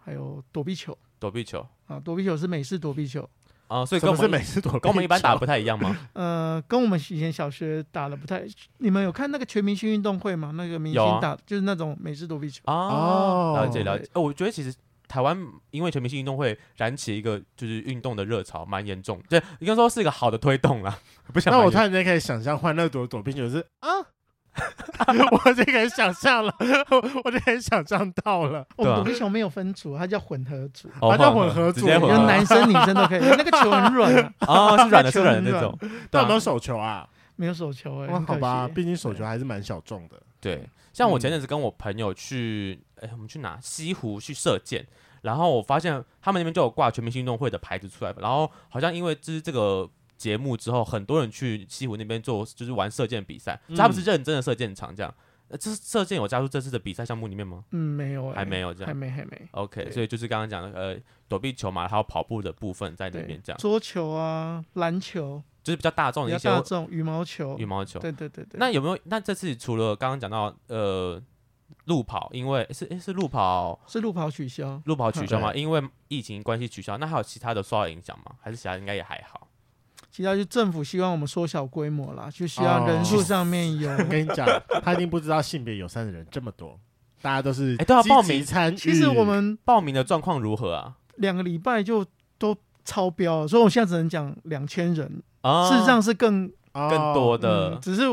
[SPEAKER 3] 还有躲避球
[SPEAKER 2] 躲避球
[SPEAKER 3] 啊，躲避球是美式躲避球，
[SPEAKER 2] 啊、所以
[SPEAKER 1] 什
[SPEAKER 2] 跟
[SPEAKER 1] 么
[SPEAKER 2] 我
[SPEAKER 1] 是
[SPEAKER 2] 们
[SPEAKER 1] 美式躲避球？
[SPEAKER 2] 跟我们一般打不太一样吗？
[SPEAKER 3] 呃，跟我们以前小学打的不太。你们有看那个全明星运动会吗？那个明
[SPEAKER 2] 有啊
[SPEAKER 3] 星打、就是那种美式躲避球，
[SPEAKER 1] *laughs*
[SPEAKER 2] 啊，
[SPEAKER 1] 哦
[SPEAKER 2] 了解了解。哦，我觉得其实。台湾因为全明星运动会燃起一个就是运动的热潮，蛮严重的，对，应该说是一个好的推动啦。不想
[SPEAKER 1] 那我
[SPEAKER 2] 蛮
[SPEAKER 1] 突
[SPEAKER 2] 严
[SPEAKER 1] 然间可以想象欢乐躲躲避球是啊。
[SPEAKER 2] *laughs*
[SPEAKER 1] 我就可以想象了，我我就可以想象到了。
[SPEAKER 3] 我
[SPEAKER 2] 对
[SPEAKER 3] 们
[SPEAKER 2] 啊
[SPEAKER 3] 哦躲避球没有分组，它叫混合
[SPEAKER 2] *laughs*
[SPEAKER 3] 组，
[SPEAKER 2] 哦
[SPEAKER 1] 啊那混合
[SPEAKER 2] 直
[SPEAKER 1] 组
[SPEAKER 2] 接
[SPEAKER 1] 有
[SPEAKER 2] 混
[SPEAKER 3] 有
[SPEAKER 2] 合啊
[SPEAKER 3] 男生女生
[SPEAKER 2] *laughs*
[SPEAKER 3] 都可以。那个球很软、啊， *laughs*
[SPEAKER 2] 哦，是软的，是
[SPEAKER 3] 球
[SPEAKER 2] 软
[SPEAKER 3] 很
[SPEAKER 2] 的那
[SPEAKER 3] 软 *laughs*
[SPEAKER 2] 种。
[SPEAKER 1] 那
[SPEAKER 2] 对
[SPEAKER 1] 有没有
[SPEAKER 2] 啊，
[SPEAKER 1] 手球啊？
[SPEAKER 3] 没有手球哎、
[SPEAKER 1] 哇，
[SPEAKER 3] 很可
[SPEAKER 1] 好吧，
[SPEAKER 3] 惜
[SPEAKER 1] 毕竟手球还是蛮小众的。
[SPEAKER 2] 对，像我前
[SPEAKER 1] 嗯
[SPEAKER 2] 阵子跟我朋友去，哎、我们去哪？西湖去射箭，然后我发现他们那边就有挂全明星运动会的牌子出来，然后好像因为就是这个
[SPEAKER 3] 嗯
[SPEAKER 2] 节目之后，很多人去西湖那边做，就是玩射箭比赛，就他们是认真的射箭场这样。呃，这射箭有加入这次的比赛项目里面吗
[SPEAKER 3] 嗯，没有、欸，
[SPEAKER 2] 还没有这样
[SPEAKER 3] 还没，还没。
[SPEAKER 2] ？OK，
[SPEAKER 3] 对
[SPEAKER 2] 所以就是刚刚讲的呃躲避球嘛，还有跑步的部分在里
[SPEAKER 3] 对
[SPEAKER 2] 面，这样，
[SPEAKER 3] 桌球啊，篮球
[SPEAKER 2] 就是比较大众
[SPEAKER 3] 比
[SPEAKER 2] 的
[SPEAKER 3] 较
[SPEAKER 2] 一些
[SPEAKER 3] 大众，羽毛球
[SPEAKER 2] 羽，毛球。
[SPEAKER 3] 对对对对。
[SPEAKER 2] 那有没有？那这次除了刚刚讲到呃路跑，因为是诶是路跑
[SPEAKER 3] 是路跑取消，
[SPEAKER 2] 路跑取消
[SPEAKER 3] *laughs*
[SPEAKER 2] 吗？
[SPEAKER 1] 对
[SPEAKER 2] 因为疫情关系取消，那还有其他的受到影响吗？还是其他应该也还好？
[SPEAKER 3] 其他就政府希望我们缩小规模啦，就希
[SPEAKER 1] 哦
[SPEAKER 3] 望人数上
[SPEAKER 2] *laughs*
[SPEAKER 3] 面有。
[SPEAKER 1] 我跟你讲，他一定不知道性别友善的人这么多，大家都是
[SPEAKER 2] 哎都要
[SPEAKER 1] 积
[SPEAKER 2] 报
[SPEAKER 1] 极
[SPEAKER 2] 名
[SPEAKER 1] 参与。
[SPEAKER 3] 其实我们
[SPEAKER 2] 报名的状况如何啊？
[SPEAKER 3] 两个礼拜就都超标了，所以我现在只能讲两千人，
[SPEAKER 2] 啊，
[SPEAKER 3] 事实上是更
[SPEAKER 1] 哦
[SPEAKER 2] 更多
[SPEAKER 3] 嗯
[SPEAKER 2] 的
[SPEAKER 3] 只是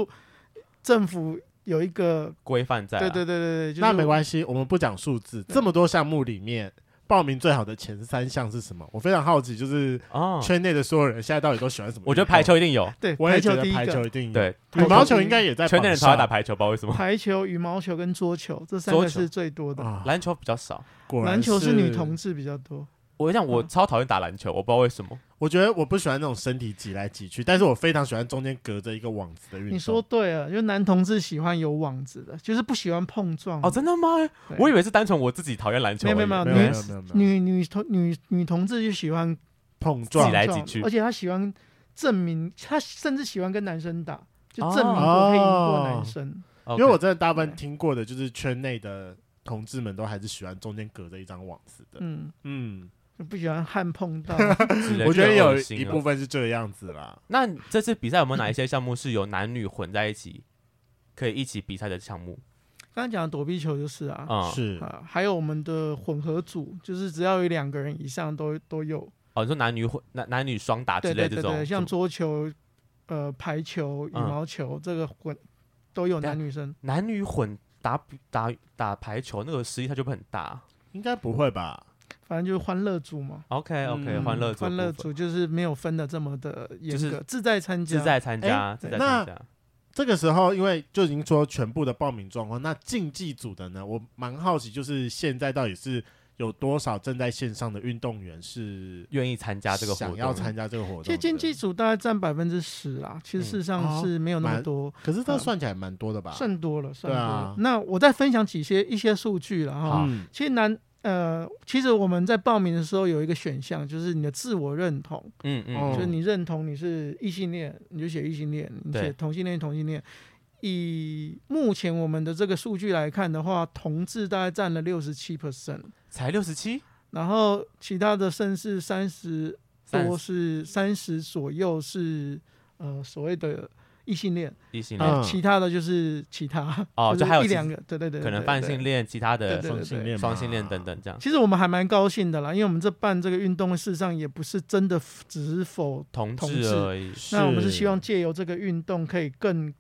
[SPEAKER 3] 政府有一个，
[SPEAKER 2] 规范在、啊
[SPEAKER 3] 对对对对对，就是、
[SPEAKER 1] 那没关系，我们不讲数字，这么多项目里面。报名最好的前三项是什么？我非常好奇，就是
[SPEAKER 2] 哦，
[SPEAKER 1] 圈内的所有人现在到底都喜欢什么？
[SPEAKER 2] 我觉得排，球一定有，
[SPEAKER 3] 对
[SPEAKER 1] 我也
[SPEAKER 3] 排
[SPEAKER 1] 觉
[SPEAKER 3] 球
[SPEAKER 1] 得
[SPEAKER 3] 第一
[SPEAKER 1] 排球
[SPEAKER 3] 个，
[SPEAKER 1] 一定有，
[SPEAKER 2] *laughs* 对，
[SPEAKER 3] 嗯
[SPEAKER 1] 羽毛球应该也在
[SPEAKER 2] 圈内人超爱打
[SPEAKER 1] 排
[SPEAKER 2] 排球，不知道为什
[SPEAKER 3] *laughs*
[SPEAKER 2] 么，
[SPEAKER 3] 排球、羽毛球跟桌球这三
[SPEAKER 2] 桌
[SPEAKER 3] 个
[SPEAKER 2] 球
[SPEAKER 3] 是最多的，
[SPEAKER 1] 啊，
[SPEAKER 2] 篮球比较少。
[SPEAKER 1] 果然
[SPEAKER 3] 篮球是女同。志比较多。
[SPEAKER 2] 我跟你讲，我
[SPEAKER 3] 嗯
[SPEAKER 2] 超讨厌打篮球，我不知道为什么。
[SPEAKER 1] 我觉得我不喜欢那种身体挤来挤去，但是我非常喜欢中间隔着一个网子的运动。
[SPEAKER 3] 你说对了，就男同志喜欢有网子的，就是不喜欢碰撞
[SPEAKER 2] 哦，真的吗？
[SPEAKER 3] 嗯对
[SPEAKER 2] 我以为是单纯我自己讨厌篮球而已。
[SPEAKER 3] 没有没有
[SPEAKER 1] 没
[SPEAKER 3] 没
[SPEAKER 1] 有没有没有没有
[SPEAKER 3] 女女同女女同志就喜欢
[SPEAKER 1] 碰
[SPEAKER 2] 挤
[SPEAKER 1] 撞
[SPEAKER 2] 来
[SPEAKER 3] 撞
[SPEAKER 2] 挤去
[SPEAKER 3] 而且她喜欢证明，她甚至喜欢跟男生打，就
[SPEAKER 2] 哦
[SPEAKER 3] 证明我可以赢过男生。
[SPEAKER 2] OK
[SPEAKER 1] 因为我真的大部分听过的就是圈内的同志们都还是喜欢中间隔着一张网子的。
[SPEAKER 3] 嗯，
[SPEAKER 1] 嗯，
[SPEAKER 3] 就不喜欢汗
[SPEAKER 2] *laughs*
[SPEAKER 3] 碰到。
[SPEAKER 2] 之类
[SPEAKER 1] 我觉得有
[SPEAKER 2] 恶心啊
[SPEAKER 1] 一
[SPEAKER 2] 了
[SPEAKER 1] 部分是这个样子啦。
[SPEAKER 2] 那这次比赛有没有哪一些项目是有男女混在一起可以一起比赛的项目？
[SPEAKER 3] 刚刚讲的躲避球就是啊。
[SPEAKER 2] 嗯，
[SPEAKER 1] 是
[SPEAKER 3] 啊，还有我们的混合组，就是只要有两个人以上都都有，
[SPEAKER 2] 哦，你说男女混男男女双打啊之类
[SPEAKER 3] 对
[SPEAKER 2] 这
[SPEAKER 3] 对对
[SPEAKER 2] 种，
[SPEAKER 3] 对，像桌球、呃排球、羽
[SPEAKER 2] 嗯
[SPEAKER 3] 毛球、这个混都有
[SPEAKER 2] 对啊
[SPEAKER 3] 男女生，
[SPEAKER 2] 男女混打打打排球那个实力它就会很大。
[SPEAKER 1] 应该不会吧？
[SPEAKER 3] 反正就是欢乐组嘛。
[SPEAKER 2] OK OK，
[SPEAKER 1] 嗯
[SPEAKER 2] 欢乐组的
[SPEAKER 3] 欢乐
[SPEAKER 2] 部分
[SPEAKER 3] 组就是没有分的这么的严
[SPEAKER 2] 就
[SPEAKER 3] 格，
[SPEAKER 2] 是
[SPEAKER 3] 自在参加，哎
[SPEAKER 2] 自在参加，自在参
[SPEAKER 1] 那
[SPEAKER 2] 加。
[SPEAKER 1] 这个时候，因为就已经说全部的报名状况，那竞技组的呢，我蛮好奇，就是现在到底是有多少正在线上的运动员是
[SPEAKER 2] 愿意参加这个活
[SPEAKER 1] 想
[SPEAKER 2] 动，
[SPEAKER 1] 要参加这个活动的？
[SPEAKER 3] 其实经济组大概占百分之十啦，其实
[SPEAKER 2] 嗯
[SPEAKER 3] 事实上
[SPEAKER 1] 哦
[SPEAKER 3] 是没有那么多，
[SPEAKER 1] 可是这算起来蛮多的吧？
[SPEAKER 3] 嗯算多了，算
[SPEAKER 1] 对
[SPEAKER 3] 多
[SPEAKER 1] 啊
[SPEAKER 3] 了。那我再分享几些一些数据了
[SPEAKER 2] 啊
[SPEAKER 3] 哈。
[SPEAKER 1] 嗯
[SPEAKER 3] 其实男呃，其实我们在报名的时候有一个选项，就是你的自我认同，
[SPEAKER 2] 嗯嗯，
[SPEAKER 1] 哦
[SPEAKER 3] 就是
[SPEAKER 2] 嗯
[SPEAKER 3] 你认同你是异性恋，你就写异性恋；你
[SPEAKER 2] 对
[SPEAKER 3] 写同性恋，同性恋。以目前我们的这个数据来看的话，同志大概占了六十七 percent，
[SPEAKER 2] 才六十七，
[SPEAKER 3] 然后其他的甚至三十多
[SPEAKER 2] 三十
[SPEAKER 3] 是三十左右是呃所谓的异性恋，
[SPEAKER 2] 异性
[SPEAKER 1] 嗯
[SPEAKER 2] 恋，
[SPEAKER 3] 呃，其他的就是其他
[SPEAKER 2] 哦
[SPEAKER 3] 就是
[SPEAKER 2] 就还有
[SPEAKER 3] 一
[SPEAKER 2] 其
[SPEAKER 3] 两个，对对对，
[SPEAKER 2] 可能
[SPEAKER 3] 对
[SPEAKER 2] 泛
[SPEAKER 3] 对
[SPEAKER 2] 性恋，其他
[SPEAKER 3] 对
[SPEAKER 2] 的
[SPEAKER 3] 对啊
[SPEAKER 1] 双性恋嘛啊
[SPEAKER 2] 双性恋等等这样。
[SPEAKER 3] 其实我们还蛮高兴的啦，因为我们这办这个运动，事实上也不是真的只是否，
[SPEAKER 2] 同
[SPEAKER 3] 同
[SPEAKER 2] 志
[SPEAKER 3] 志
[SPEAKER 2] 而已，
[SPEAKER 3] 那我们是希望嗯借由这个运动可以更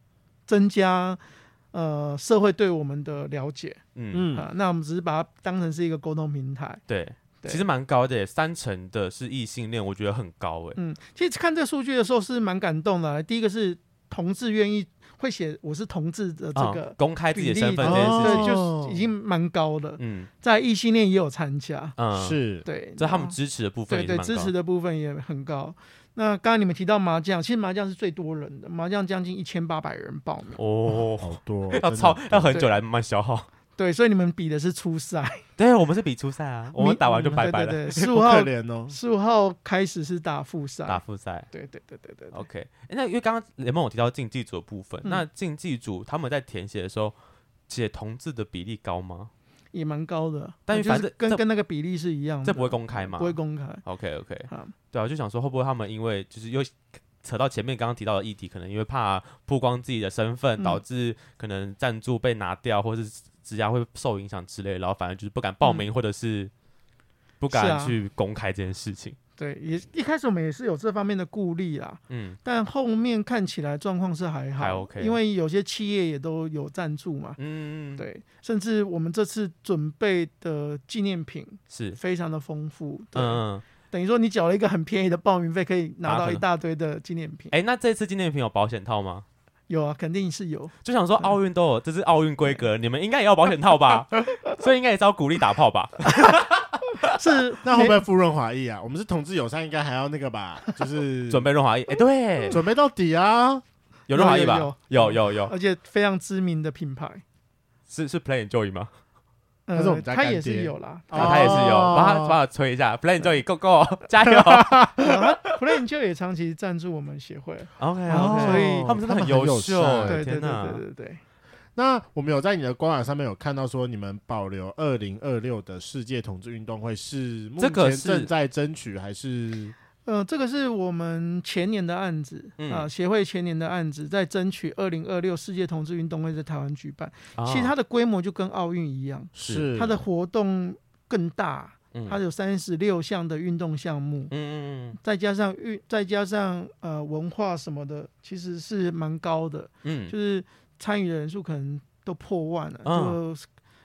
[SPEAKER 3] 增加呃社会对我们的了解
[SPEAKER 2] 嗯，
[SPEAKER 3] 啊、
[SPEAKER 1] 嗯
[SPEAKER 3] 那我们只是把它当成是一个沟通平台。
[SPEAKER 2] 对，
[SPEAKER 3] 对
[SPEAKER 2] 其实蛮高的耶，三成的是异性恋，我觉得很高哎。
[SPEAKER 3] 嗯，其实看这个数据的时候是蛮感动的啊。第一个是同志愿意会写我是同志的这
[SPEAKER 2] 啊
[SPEAKER 3] 个，
[SPEAKER 2] 公开自己的身份
[SPEAKER 1] 比
[SPEAKER 2] 这
[SPEAKER 1] 例
[SPEAKER 2] 件事
[SPEAKER 1] 哦
[SPEAKER 2] 情，
[SPEAKER 3] 对，就是已经蛮高的。
[SPEAKER 2] 啊嗯
[SPEAKER 3] 在异性恋也有参加，
[SPEAKER 2] 嗯，，
[SPEAKER 1] 是
[SPEAKER 3] 对，
[SPEAKER 2] 这他们
[SPEAKER 3] 那
[SPEAKER 2] 支持的部分也
[SPEAKER 3] 啊对
[SPEAKER 2] 是
[SPEAKER 3] 对
[SPEAKER 2] 蛮
[SPEAKER 3] 支持
[SPEAKER 2] 高。
[SPEAKER 3] 的部分也很高。那刚刚你们提到麻将，其实麻将是最多人的，麻将将近一千八百人报名，
[SPEAKER 2] 哦，
[SPEAKER 1] 好多，
[SPEAKER 2] *laughs* 要
[SPEAKER 1] 真的
[SPEAKER 2] 超
[SPEAKER 3] *laughs*
[SPEAKER 2] 要很
[SPEAKER 3] 对
[SPEAKER 2] 久来慢慢消耗。
[SPEAKER 3] 对，所以你们比的是初赛，
[SPEAKER 2] *laughs*
[SPEAKER 3] 嗯
[SPEAKER 2] 对，我们是比初赛啊，我们打完就拜拜
[SPEAKER 3] 对
[SPEAKER 2] 了， *laughs*
[SPEAKER 3] 对对，十
[SPEAKER 1] 好
[SPEAKER 3] 五号
[SPEAKER 1] 可怜
[SPEAKER 3] *laughs*
[SPEAKER 1] 哦。
[SPEAKER 3] 十五号开始是打复
[SPEAKER 2] 打
[SPEAKER 3] 赛，
[SPEAKER 2] 复赛。
[SPEAKER 3] 对对对啊对对对，
[SPEAKER 2] OK，诶那因为刚刚联盟有提到竞技组的部分，
[SPEAKER 3] 嗯
[SPEAKER 2] 那竞技组他们在填写的时候，写同志的比例高吗？
[SPEAKER 3] 也蛮高的，啊
[SPEAKER 2] 但
[SPEAKER 3] 就
[SPEAKER 2] 反
[SPEAKER 3] 是
[SPEAKER 2] 正
[SPEAKER 3] 跟
[SPEAKER 2] 这
[SPEAKER 3] 跟那个比例是一样的，
[SPEAKER 2] 这不会公开吗？
[SPEAKER 3] 不会公开
[SPEAKER 2] OK OK，
[SPEAKER 3] 啊。
[SPEAKER 2] 对啊，就想说会不会他们因为就是又扯到前面刚刚提到的议题，可能因为怕曝光自己的身份，
[SPEAKER 3] 嗯
[SPEAKER 2] 导致可能赞助被拿掉，或是职涯会受影响之类，然后反正就是不敢报名，或者是不
[SPEAKER 3] 嗯是
[SPEAKER 2] 敢
[SPEAKER 3] 啊
[SPEAKER 2] 去公开这件事情。
[SPEAKER 3] 对，也一开始我们也是有这方面的顾虑啦，
[SPEAKER 2] 嗯，
[SPEAKER 3] 但后面看起来状况是还好，
[SPEAKER 2] 还 OK
[SPEAKER 3] 因为有些企业也都有赞助嘛。
[SPEAKER 2] 嗯，，
[SPEAKER 3] 对，甚至我们这次准备的纪念品
[SPEAKER 2] 是，
[SPEAKER 3] 非常的丰富，对，
[SPEAKER 2] 嗯，
[SPEAKER 3] 等于说你缴了一个很便宜的报名费，可以拿
[SPEAKER 2] 拿
[SPEAKER 3] 到
[SPEAKER 2] 回
[SPEAKER 3] 一大堆的纪念品。
[SPEAKER 2] 哎、那这次纪念品有保险套吗？
[SPEAKER 3] 有啊，肯定是有，
[SPEAKER 2] 就想
[SPEAKER 3] 嗯
[SPEAKER 2] 说奥运都有，这是奥运规格，你们应该也要保险套
[SPEAKER 3] *laughs*
[SPEAKER 2] 吧？所以应该也是要鼓励打炮吧？ *laughs*
[SPEAKER 3] 是
[SPEAKER 1] 那会不
[SPEAKER 3] 没
[SPEAKER 1] 会附润滑液啊？我们是同志友善，应该还要那个吧？
[SPEAKER 2] *laughs*
[SPEAKER 1] 就是
[SPEAKER 2] 准备润滑液，哎、对，
[SPEAKER 1] 准备到底啊！
[SPEAKER 2] 有润滑液吧？
[SPEAKER 3] 有
[SPEAKER 2] 有有有
[SPEAKER 3] 而且非常知名的品牌，
[SPEAKER 2] 是是 Play and Joy 吗？
[SPEAKER 1] 但是我们
[SPEAKER 3] 呃，
[SPEAKER 1] 家
[SPEAKER 3] 他
[SPEAKER 1] 干
[SPEAKER 3] 也是
[SPEAKER 1] 爹
[SPEAKER 3] 有啦，
[SPEAKER 1] 哦
[SPEAKER 2] 啊，他也是有，帮他帮我吹一下，Play and Joy Go
[SPEAKER 3] *laughs*
[SPEAKER 2] Go，加油
[SPEAKER 3] Play 就也长期赞助我们协会，
[SPEAKER 2] ！OK
[SPEAKER 3] 哦
[SPEAKER 2] OK，
[SPEAKER 3] 所以
[SPEAKER 2] 他们真的
[SPEAKER 1] 很
[SPEAKER 2] 很优秀
[SPEAKER 1] 秀
[SPEAKER 2] 哎
[SPEAKER 1] 欸。
[SPEAKER 3] 对对对
[SPEAKER 2] 天哪
[SPEAKER 3] 对对对，
[SPEAKER 1] 那我们有在你的官网上面有看到说，你们保留二零二六的世界同志运动会是目
[SPEAKER 2] 这个
[SPEAKER 1] 前
[SPEAKER 2] 是
[SPEAKER 1] 正在争取还是？
[SPEAKER 3] 呃，这个是我们前年的案子
[SPEAKER 2] 嗯
[SPEAKER 3] 啊，协会前年的案子，在争取二零二六世界同志运动会在台湾举办，
[SPEAKER 2] 哦
[SPEAKER 3] 其实它的规模就跟奥运一样，
[SPEAKER 1] 是
[SPEAKER 3] 它的活动更大，它
[SPEAKER 2] 嗯
[SPEAKER 3] 有三十六项的运动项目，
[SPEAKER 2] 嗯
[SPEAKER 3] 再加上运，再加上呃文化什么的，其实是蛮高的，
[SPEAKER 2] 嗯
[SPEAKER 3] 就
[SPEAKER 2] 嗯
[SPEAKER 3] 是参与的人数可能都破万了，
[SPEAKER 2] 嗯
[SPEAKER 3] 就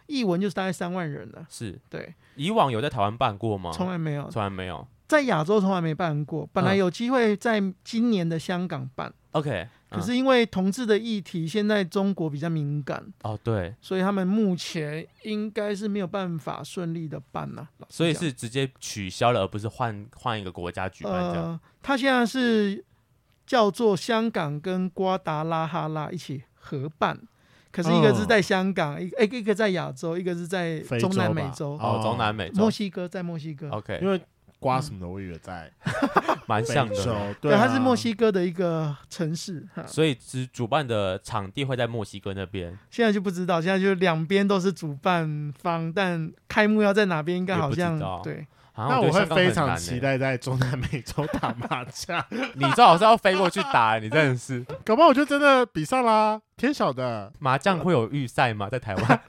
[SPEAKER 3] 译文就是大概三万人了，
[SPEAKER 2] 是
[SPEAKER 3] 对，
[SPEAKER 2] 以往有在台湾办过吗？
[SPEAKER 3] 从来没有
[SPEAKER 2] 从来没有。
[SPEAKER 3] 在亚洲从来没办过，本
[SPEAKER 2] 嗯
[SPEAKER 3] 来有机会在今年的香港办，
[SPEAKER 2] OK，
[SPEAKER 3] 可
[SPEAKER 2] 嗯
[SPEAKER 3] 是因为同志的议题现在中国比较敏感，
[SPEAKER 2] 哦对，
[SPEAKER 3] 所以他们目前应该是没有办法顺利的办了、老实
[SPEAKER 2] 所以
[SPEAKER 3] 讲
[SPEAKER 2] 是直接取消了，而不是换换一个国家举办这样。
[SPEAKER 3] 呃，他现在是叫做香港跟瓜达拉哈拉一起合办，可是一
[SPEAKER 2] 哦
[SPEAKER 3] 个是在香港，一个一个一个在亚洲，一个是在
[SPEAKER 1] 非
[SPEAKER 3] 中南
[SPEAKER 1] 洲
[SPEAKER 3] 美
[SPEAKER 1] 吧
[SPEAKER 3] 洲，
[SPEAKER 2] 哦，中南美
[SPEAKER 3] 墨
[SPEAKER 2] 洲哦
[SPEAKER 3] 西哥在墨西哥，
[SPEAKER 1] 因
[SPEAKER 2] ，OK，
[SPEAKER 1] 为瓜什么的，我以为在
[SPEAKER 2] 蛮
[SPEAKER 1] 北
[SPEAKER 2] 像
[SPEAKER 1] 州
[SPEAKER 2] 的。，
[SPEAKER 1] 对啊，
[SPEAKER 3] 嗯它是墨西哥的一个城市。哈
[SPEAKER 2] 所以只主办的场地会在墨西哥那边，
[SPEAKER 3] 现在就不知道，现在就两边都是主办方，但开幕要在哪边，应该好
[SPEAKER 2] 也不
[SPEAKER 3] 像
[SPEAKER 2] 知道
[SPEAKER 3] 对。
[SPEAKER 2] 好
[SPEAKER 1] 那
[SPEAKER 2] 像
[SPEAKER 1] 我
[SPEAKER 2] 啊觉
[SPEAKER 1] 会
[SPEAKER 2] 得香港
[SPEAKER 1] 非
[SPEAKER 2] 很
[SPEAKER 1] 常
[SPEAKER 2] 难
[SPEAKER 1] 期
[SPEAKER 2] 欸。
[SPEAKER 1] 待在中南美洲打麻将，
[SPEAKER 2] 你最好是要飞过去打，你真的是
[SPEAKER 1] 搞不好我就真的比上啦，天晓得。
[SPEAKER 2] 麻将会有预赛吗？在台湾？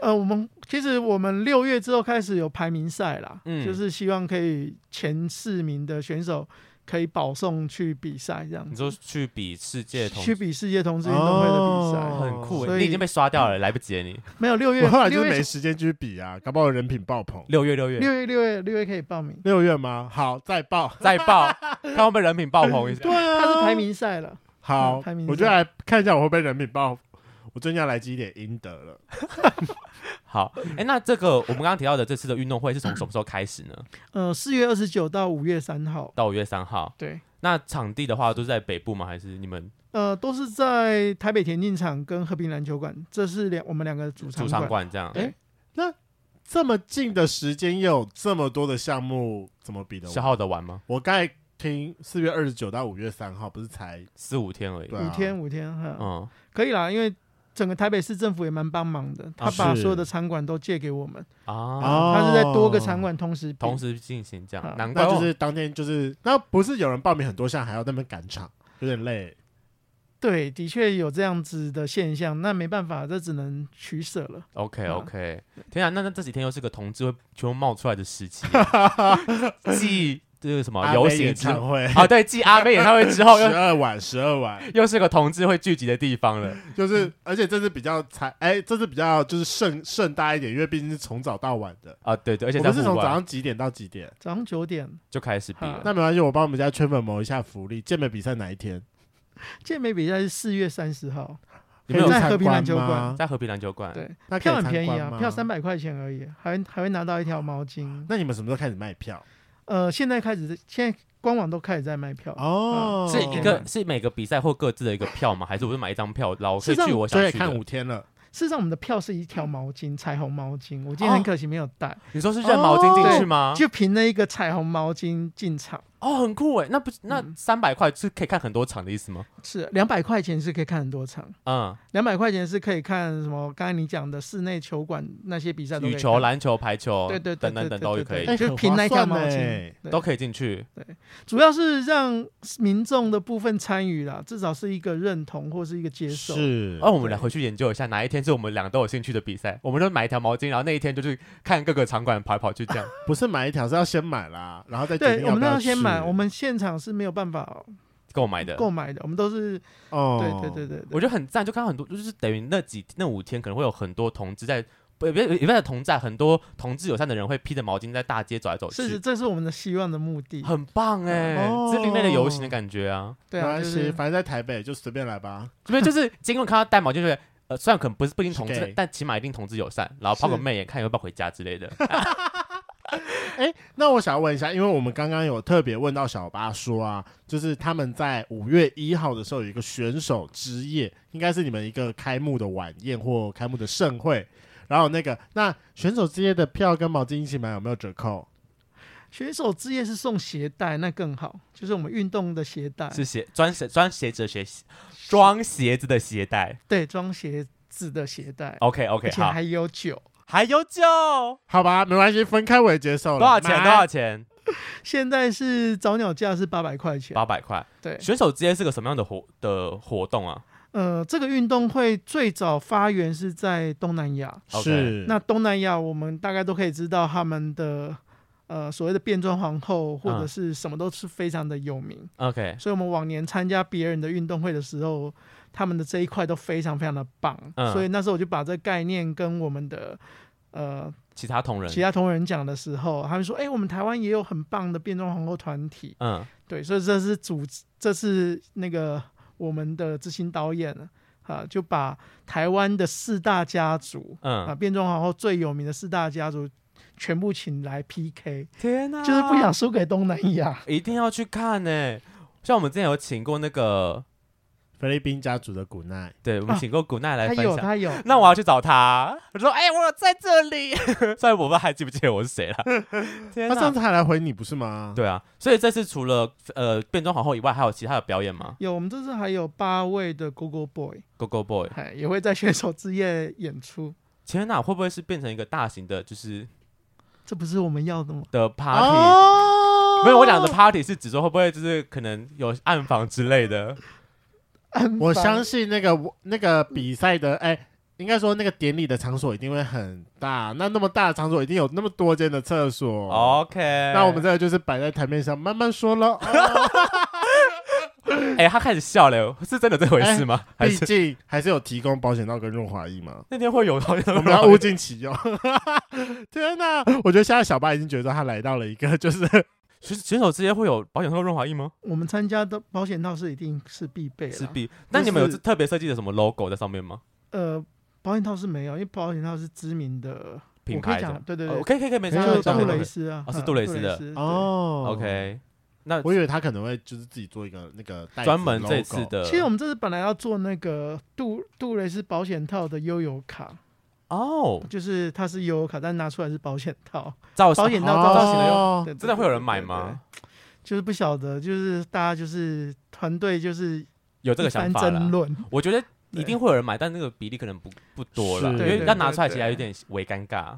[SPEAKER 3] 呃，我们其实我们六月之后开始有排名赛啦，
[SPEAKER 2] 嗯
[SPEAKER 3] 就是希望可以前四名的选手可以保送去比赛，这样
[SPEAKER 2] 你
[SPEAKER 3] 子
[SPEAKER 2] 说去比世界同
[SPEAKER 3] 去比世界同志运动会的比赛。
[SPEAKER 1] 哦
[SPEAKER 2] 很酷欸，
[SPEAKER 3] 所以
[SPEAKER 2] 你已经被刷掉了，来不及了你。
[SPEAKER 3] 没有六月
[SPEAKER 1] 我后，来就
[SPEAKER 3] 六
[SPEAKER 1] 是没
[SPEAKER 3] 月
[SPEAKER 1] 时间去比啊，搞不好人品爆棚。
[SPEAKER 2] 六月六月
[SPEAKER 3] 六月六月六月可以报名，
[SPEAKER 1] 六月吗？好，再报。
[SPEAKER 2] 再爆，看会不会人品爆棚一下
[SPEAKER 1] 对。啊，
[SPEAKER 3] 它是排名赛了。
[SPEAKER 1] 好
[SPEAKER 3] 嗯排名，
[SPEAKER 1] 我就
[SPEAKER 3] 赛
[SPEAKER 1] 来看一下我会不会人品爆。我最近要来积一点阴德了。
[SPEAKER 2] 好，哎，那这个我们刚刚提到的这次的运动会是从什么时候开始呢？
[SPEAKER 3] 呃，四月二十九到五月三号，
[SPEAKER 2] 到五月三号。
[SPEAKER 3] 对，
[SPEAKER 2] 那场地的话都是在北部吗？还是你们
[SPEAKER 3] 呃，都是在台北田径场跟和平篮球馆，这是两我们两个主场
[SPEAKER 2] 主场馆这样？
[SPEAKER 3] 对
[SPEAKER 1] 这么近的时间，又有这么多的项目，怎么比得
[SPEAKER 2] 消
[SPEAKER 1] 完？
[SPEAKER 2] 耗的完吗？
[SPEAKER 1] 我刚才听四月二十九到五月三号，不是才
[SPEAKER 2] 四五天而已。
[SPEAKER 1] 对啊
[SPEAKER 3] 五天五天哈，
[SPEAKER 2] 嗯，
[SPEAKER 3] 可以啦，因为整个台北市政府也蛮帮忙的，他把
[SPEAKER 1] 是
[SPEAKER 3] 所有的场馆都借给我们，
[SPEAKER 2] 啊，
[SPEAKER 1] 哦
[SPEAKER 3] 他是在多个场馆同时比
[SPEAKER 2] 同时进行这样，
[SPEAKER 3] 嗯
[SPEAKER 2] 难怪哦
[SPEAKER 1] 那
[SPEAKER 2] 我
[SPEAKER 1] 就是当天就是，那不是有人报名很多项，还要在那边赶场，有点累。
[SPEAKER 3] 对，的确有这样子的现象，那没办法，这只能取舍了。
[SPEAKER 2] OK
[SPEAKER 3] 嗯
[SPEAKER 2] OK，、天啊，那那这几天又是个同志会全部冒出来的时期，继这个什么
[SPEAKER 1] 阿
[SPEAKER 2] 哦游
[SPEAKER 1] 妹
[SPEAKER 2] 行
[SPEAKER 1] 演
[SPEAKER 2] 之 *laughs*
[SPEAKER 1] 唱
[SPEAKER 3] *laughs*
[SPEAKER 1] 会，
[SPEAKER 2] 啊，对，继阿妹演唱会之后，
[SPEAKER 3] 啊
[SPEAKER 1] 十
[SPEAKER 2] 又
[SPEAKER 1] 二晚，十二
[SPEAKER 2] *laughs*
[SPEAKER 1] 晚，
[SPEAKER 2] 又是个同志会聚集的地方了。
[SPEAKER 1] 就是，而且这次比较才，哎、这次比较就是盛盛大一点，因为毕竟是从早到晚的。
[SPEAKER 2] 啊，对对，而且
[SPEAKER 1] 我
[SPEAKER 2] 在
[SPEAKER 1] 们是
[SPEAKER 2] 户
[SPEAKER 1] 从早
[SPEAKER 2] 外嗯
[SPEAKER 1] 上几点到几点？
[SPEAKER 3] 早上九点，
[SPEAKER 2] 就开始比了。
[SPEAKER 1] 那没关系，我帮我们家圈粉谋一下福利。健美比赛哪一天？
[SPEAKER 3] 健美比赛是四月三十号，
[SPEAKER 2] 你们有
[SPEAKER 1] 可以
[SPEAKER 3] 在
[SPEAKER 1] 参
[SPEAKER 3] 和平篮
[SPEAKER 1] 观
[SPEAKER 3] 球
[SPEAKER 1] 吗
[SPEAKER 3] 馆
[SPEAKER 2] 在和平篮球馆，
[SPEAKER 3] 对，
[SPEAKER 1] 那可以
[SPEAKER 3] 票很
[SPEAKER 1] 参
[SPEAKER 3] 便宜
[SPEAKER 1] 观
[SPEAKER 3] 啊
[SPEAKER 1] 吗，
[SPEAKER 3] 票三百块钱而已，还会还会拿到一条毛巾。
[SPEAKER 1] 那你们什么时候开始卖票？
[SPEAKER 3] 呃，现在开始，现在官网都开始在卖票。
[SPEAKER 1] 哦，
[SPEAKER 2] 是一个是每个比赛或各自的一个票吗？还是我就买一张票，然后可
[SPEAKER 1] 是
[SPEAKER 2] 以去我想
[SPEAKER 1] 所以
[SPEAKER 2] 去
[SPEAKER 1] 看五
[SPEAKER 2] 的？
[SPEAKER 1] 天了，
[SPEAKER 3] 事实上，我们的票是一条毛巾，彩虹毛巾。我今
[SPEAKER 1] 哦
[SPEAKER 3] 天很可惜没有带，
[SPEAKER 2] 你说是扔毛巾进去
[SPEAKER 1] 啊
[SPEAKER 2] 吗？
[SPEAKER 3] 哦就凭那一个彩虹毛巾进场。
[SPEAKER 2] 哦，很酷哎，那
[SPEAKER 3] 嗯
[SPEAKER 2] 不是那三百块是可以看很多场的意思吗？
[SPEAKER 3] 是两百块钱是可以看很多场，
[SPEAKER 2] 嗯，
[SPEAKER 3] 两百块钱是可以看什么？刚才你讲的室内球馆那些比赛啊都可
[SPEAKER 2] 羽
[SPEAKER 3] 以看
[SPEAKER 2] 球、，篮球、排球，
[SPEAKER 3] 对对对，
[SPEAKER 2] 等等等都
[SPEAKER 3] 对
[SPEAKER 2] 可
[SPEAKER 3] 对
[SPEAKER 2] 以
[SPEAKER 3] 对，就凭那一条毛
[SPEAKER 1] 哎很划
[SPEAKER 3] 巾
[SPEAKER 1] 算欸
[SPEAKER 3] 对
[SPEAKER 2] 都可以进去。
[SPEAKER 3] 主要是让民众的部分参与啦，至少是一个认同或是一个接受。
[SPEAKER 1] 是
[SPEAKER 2] 哦那我们俩回去研究一下，哪一天是我们俩都有兴趣的比赛，我们就买一条毛巾，然后那一天就去看各个场馆跑来跑去这样。
[SPEAKER 1] 不是买一条是要先买啦，然后再决
[SPEAKER 3] 对，
[SPEAKER 1] 定
[SPEAKER 3] 我们
[SPEAKER 1] 不
[SPEAKER 3] 都要
[SPEAKER 1] 要
[SPEAKER 3] 先买，
[SPEAKER 1] 去
[SPEAKER 3] 我们现场是没有办法
[SPEAKER 2] 购买的，
[SPEAKER 3] 购买的，我们都是
[SPEAKER 1] 哦，
[SPEAKER 3] 对对对对对。
[SPEAKER 2] 我觉得很赞，就看到很多，就是等于那几那五天可能会有很多同志在，不也不也不是同在，很多同志友善的人会披着毛巾在大街走来走
[SPEAKER 3] 是是，
[SPEAKER 2] 去，
[SPEAKER 3] 这是我们的希望的目的。
[SPEAKER 2] 很棒哎、
[SPEAKER 1] 哦
[SPEAKER 2] 这是另类的游行的感觉啊。
[SPEAKER 3] 对
[SPEAKER 1] 没
[SPEAKER 3] 啊，
[SPEAKER 1] 关
[SPEAKER 3] 就
[SPEAKER 1] 系，
[SPEAKER 3] 是
[SPEAKER 1] 反正在台北就随便来吧。
[SPEAKER 2] 这边就是经过看到戴毛巾，就觉得呃，虽然可能不是不一定同
[SPEAKER 1] 是
[SPEAKER 2] 志
[SPEAKER 1] gay，
[SPEAKER 2] 但起码一定同志友善，然后泡个
[SPEAKER 3] 是
[SPEAKER 2] 妹也看要不要回家之类的。
[SPEAKER 1] 哎、哎、那我想问一下，因为我们刚刚有特别问到小巴说啊，就是他们在五月一号的时候有一个选手之夜，应该是你们一个开幕的晚宴或开幕的盛会。然后那个，那选手之夜的票跟毛巾一起买有没有折扣？
[SPEAKER 3] 选手之夜是送鞋带，那更好，就是我们运动的鞋带，
[SPEAKER 2] *laughs* 是鞋装鞋装鞋子的鞋装鞋子的鞋带。
[SPEAKER 3] 对，装鞋子的鞋带
[SPEAKER 2] OK
[SPEAKER 3] 而
[SPEAKER 2] 哦 OK，
[SPEAKER 3] 且
[SPEAKER 2] 好
[SPEAKER 3] 还，有酒。
[SPEAKER 2] 还有酒，
[SPEAKER 1] 好吧，没关系，分开我也接受了。
[SPEAKER 2] 多少啊钱？
[SPEAKER 1] 买
[SPEAKER 2] 多少钱？
[SPEAKER 3] 现在是早鸟价是八百块钱，
[SPEAKER 2] 八百块。
[SPEAKER 3] 对，
[SPEAKER 2] 选手之间是个什么样的活的活动啊？
[SPEAKER 3] 呃，这个运动会最早发源是在东南亚，
[SPEAKER 2] OK
[SPEAKER 1] 是
[SPEAKER 3] 那东南亚我们大概都可以知道他们的呃所谓的变装皇后或者
[SPEAKER 2] 嗯
[SPEAKER 3] 是什么都是非常的有名，
[SPEAKER 2] OK，
[SPEAKER 3] 所以我们往年参加别人的运动会的时候，他们的这一块都非常非常的棒，
[SPEAKER 2] 嗯
[SPEAKER 3] 所以那时候我就把这概念跟我们的呃
[SPEAKER 2] 其他同仁
[SPEAKER 3] 其，他同仁讲的时候，他们说：“哎、我们台湾也有很棒的变装皇后团体。
[SPEAKER 2] 嗯，”
[SPEAKER 3] 对，所以这是主，这是那个我们的执行导演啊，就把台湾的四大家族啊，
[SPEAKER 2] 嗯，
[SPEAKER 3] 变装皇后最有名的四大家族全部请来 PK，
[SPEAKER 2] 天
[SPEAKER 1] 啊
[SPEAKER 2] 哪
[SPEAKER 3] 就是不想输给东南亚。
[SPEAKER 2] 一定要去看呢、欸像我们之前有请过那个，
[SPEAKER 1] 菲律宾家族的古奈，
[SPEAKER 2] 对我们
[SPEAKER 3] 啊
[SPEAKER 2] 请过古奈来
[SPEAKER 3] 他
[SPEAKER 2] 分
[SPEAKER 3] 有，
[SPEAKER 2] 享。
[SPEAKER 3] 他有，
[SPEAKER 2] 那我要去
[SPEAKER 1] *laughs*
[SPEAKER 2] 找他，我说：“哎、我有在这里。” *laughs* 虽然我们还记不记得我是谁
[SPEAKER 1] *laughs*
[SPEAKER 2] 了。天
[SPEAKER 1] 他上
[SPEAKER 2] 哪！
[SPEAKER 1] 次还来回你不是吗？
[SPEAKER 2] 对啊，所以这次除了呃变装皇后以外，还有其他的表演吗
[SPEAKER 3] 有，我们这次还有八位的 g o g o Boy，
[SPEAKER 2] ？Go Go Boy！
[SPEAKER 3] 哎，也会在选手之夜演出。
[SPEAKER 2] 天哪，会不会是变成一个大型的，就是
[SPEAKER 3] 这不是我们要的吗？
[SPEAKER 2] 的 party？、
[SPEAKER 1] 哦，
[SPEAKER 2] 啊没有，我讲的 party 是指说会不会就是可能有暗访之类的？
[SPEAKER 1] 我相信那个那个比赛的，哎、应该说那个典礼的场所一定会很大。那那么大的场所，一定有那么多间的厕所。，
[SPEAKER 2] OK，
[SPEAKER 1] 哦那我们这个就是摆在台面上慢慢说了。哦
[SPEAKER 2] 哎、他开始笑了，是真的这回事吗？ *laughs* 还
[SPEAKER 1] 毕
[SPEAKER 2] 是。
[SPEAKER 1] 竟还是有提供保险套跟润滑液嘛
[SPEAKER 2] *laughs* 那天会有讨厌的
[SPEAKER 1] 我们要物尽其用。 *laughs* 天哪、我觉得现在小巴已经觉得他来到了一个 *laughs* 就是
[SPEAKER 2] 选选手之间会有保险套润滑液吗？
[SPEAKER 3] 我们参加的保险套是一定是必备的，
[SPEAKER 2] 是必。那你们有特别设计的什么 logo 在上面吗？
[SPEAKER 3] 呃，保险套是没有，因为保险套是知名的
[SPEAKER 2] 品
[SPEAKER 3] 我可
[SPEAKER 2] 牌
[SPEAKER 3] 以
[SPEAKER 2] 的
[SPEAKER 3] 讲，对对
[SPEAKER 2] 哦
[SPEAKER 3] 对，
[SPEAKER 2] 可以可以可以，没事
[SPEAKER 1] 就
[SPEAKER 2] 没
[SPEAKER 1] 是
[SPEAKER 2] 事。
[SPEAKER 3] 就
[SPEAKER 2] 没事
[SPEAKER 3] 是杜
[SPEAKER 1] 杜
[SPEAKER 3] 蕾
[SPEAKER 1] 蕾
[SPEAKER 3] 斯啊，
[SPEAKER 2] 哦是
[SPEAKER 3] 嗯
[SPEAKER 2] 杜蕾斯的，
[SPEAKER 3] 对
[SPEAKER 1] 哦
[SPEAKER 2] OK，那
[SPEAKER 1] 我以为他可能会就是自己做一个那个袋子
[SPEAKER 2] 专门这
[SPEAKER 1] logo
[SPEAKER 2] 次的，
[SPEAKER 3] 其实我们这次本来要做那个杜杜蕾斯保险套的悠游卡，
[SPEAKER 2] 哦，
[SPEAKER 3] 就是它是悠游卡，但拿出来是保险套，
[SPEAKER 2] 造
[SPEAKER 3] 保
[SPEAKER 2] 型
[SPEAKER 3] 险套
[SPEAKER 1] 哦
[SPEAKER 3] 造型的
[SPEAKER 2] 用
[SPEAKER 3] 对对
[SPEAKER 2] 真的会有人买？
[SPEAKER 3] 对对对
[SPEAKER 2] 吗？
[SPEAKER 3] 就是不晓得，就是大家就是团队就是
[SPEAKER 2] 有这个想
[SPEAKER 3] 一
[SPEAKER 2] 法
[SPEAKER 3] 番争
[SPEAKER 2] 了，
[SPEAKER 3] 论，
[SPEAKER 2] 我觉得一
[SPEAKER 3] 对
[SPEAKER 2] 定会有人买，但那个比例可能不不多了，
[SPEAKER 1] 是
[SPEAKER 2] 因
[SPEAKER 1] 对
[SPEAKER 2] 为
[SPEAKER 1] 对
[SPEAKER 2] 要拿出来
[SPEAKER 3] 对
[SPEAKER 2] 其实还
[SPEAKER 3] 对
[SPEAKER 2] 有点微尴尬。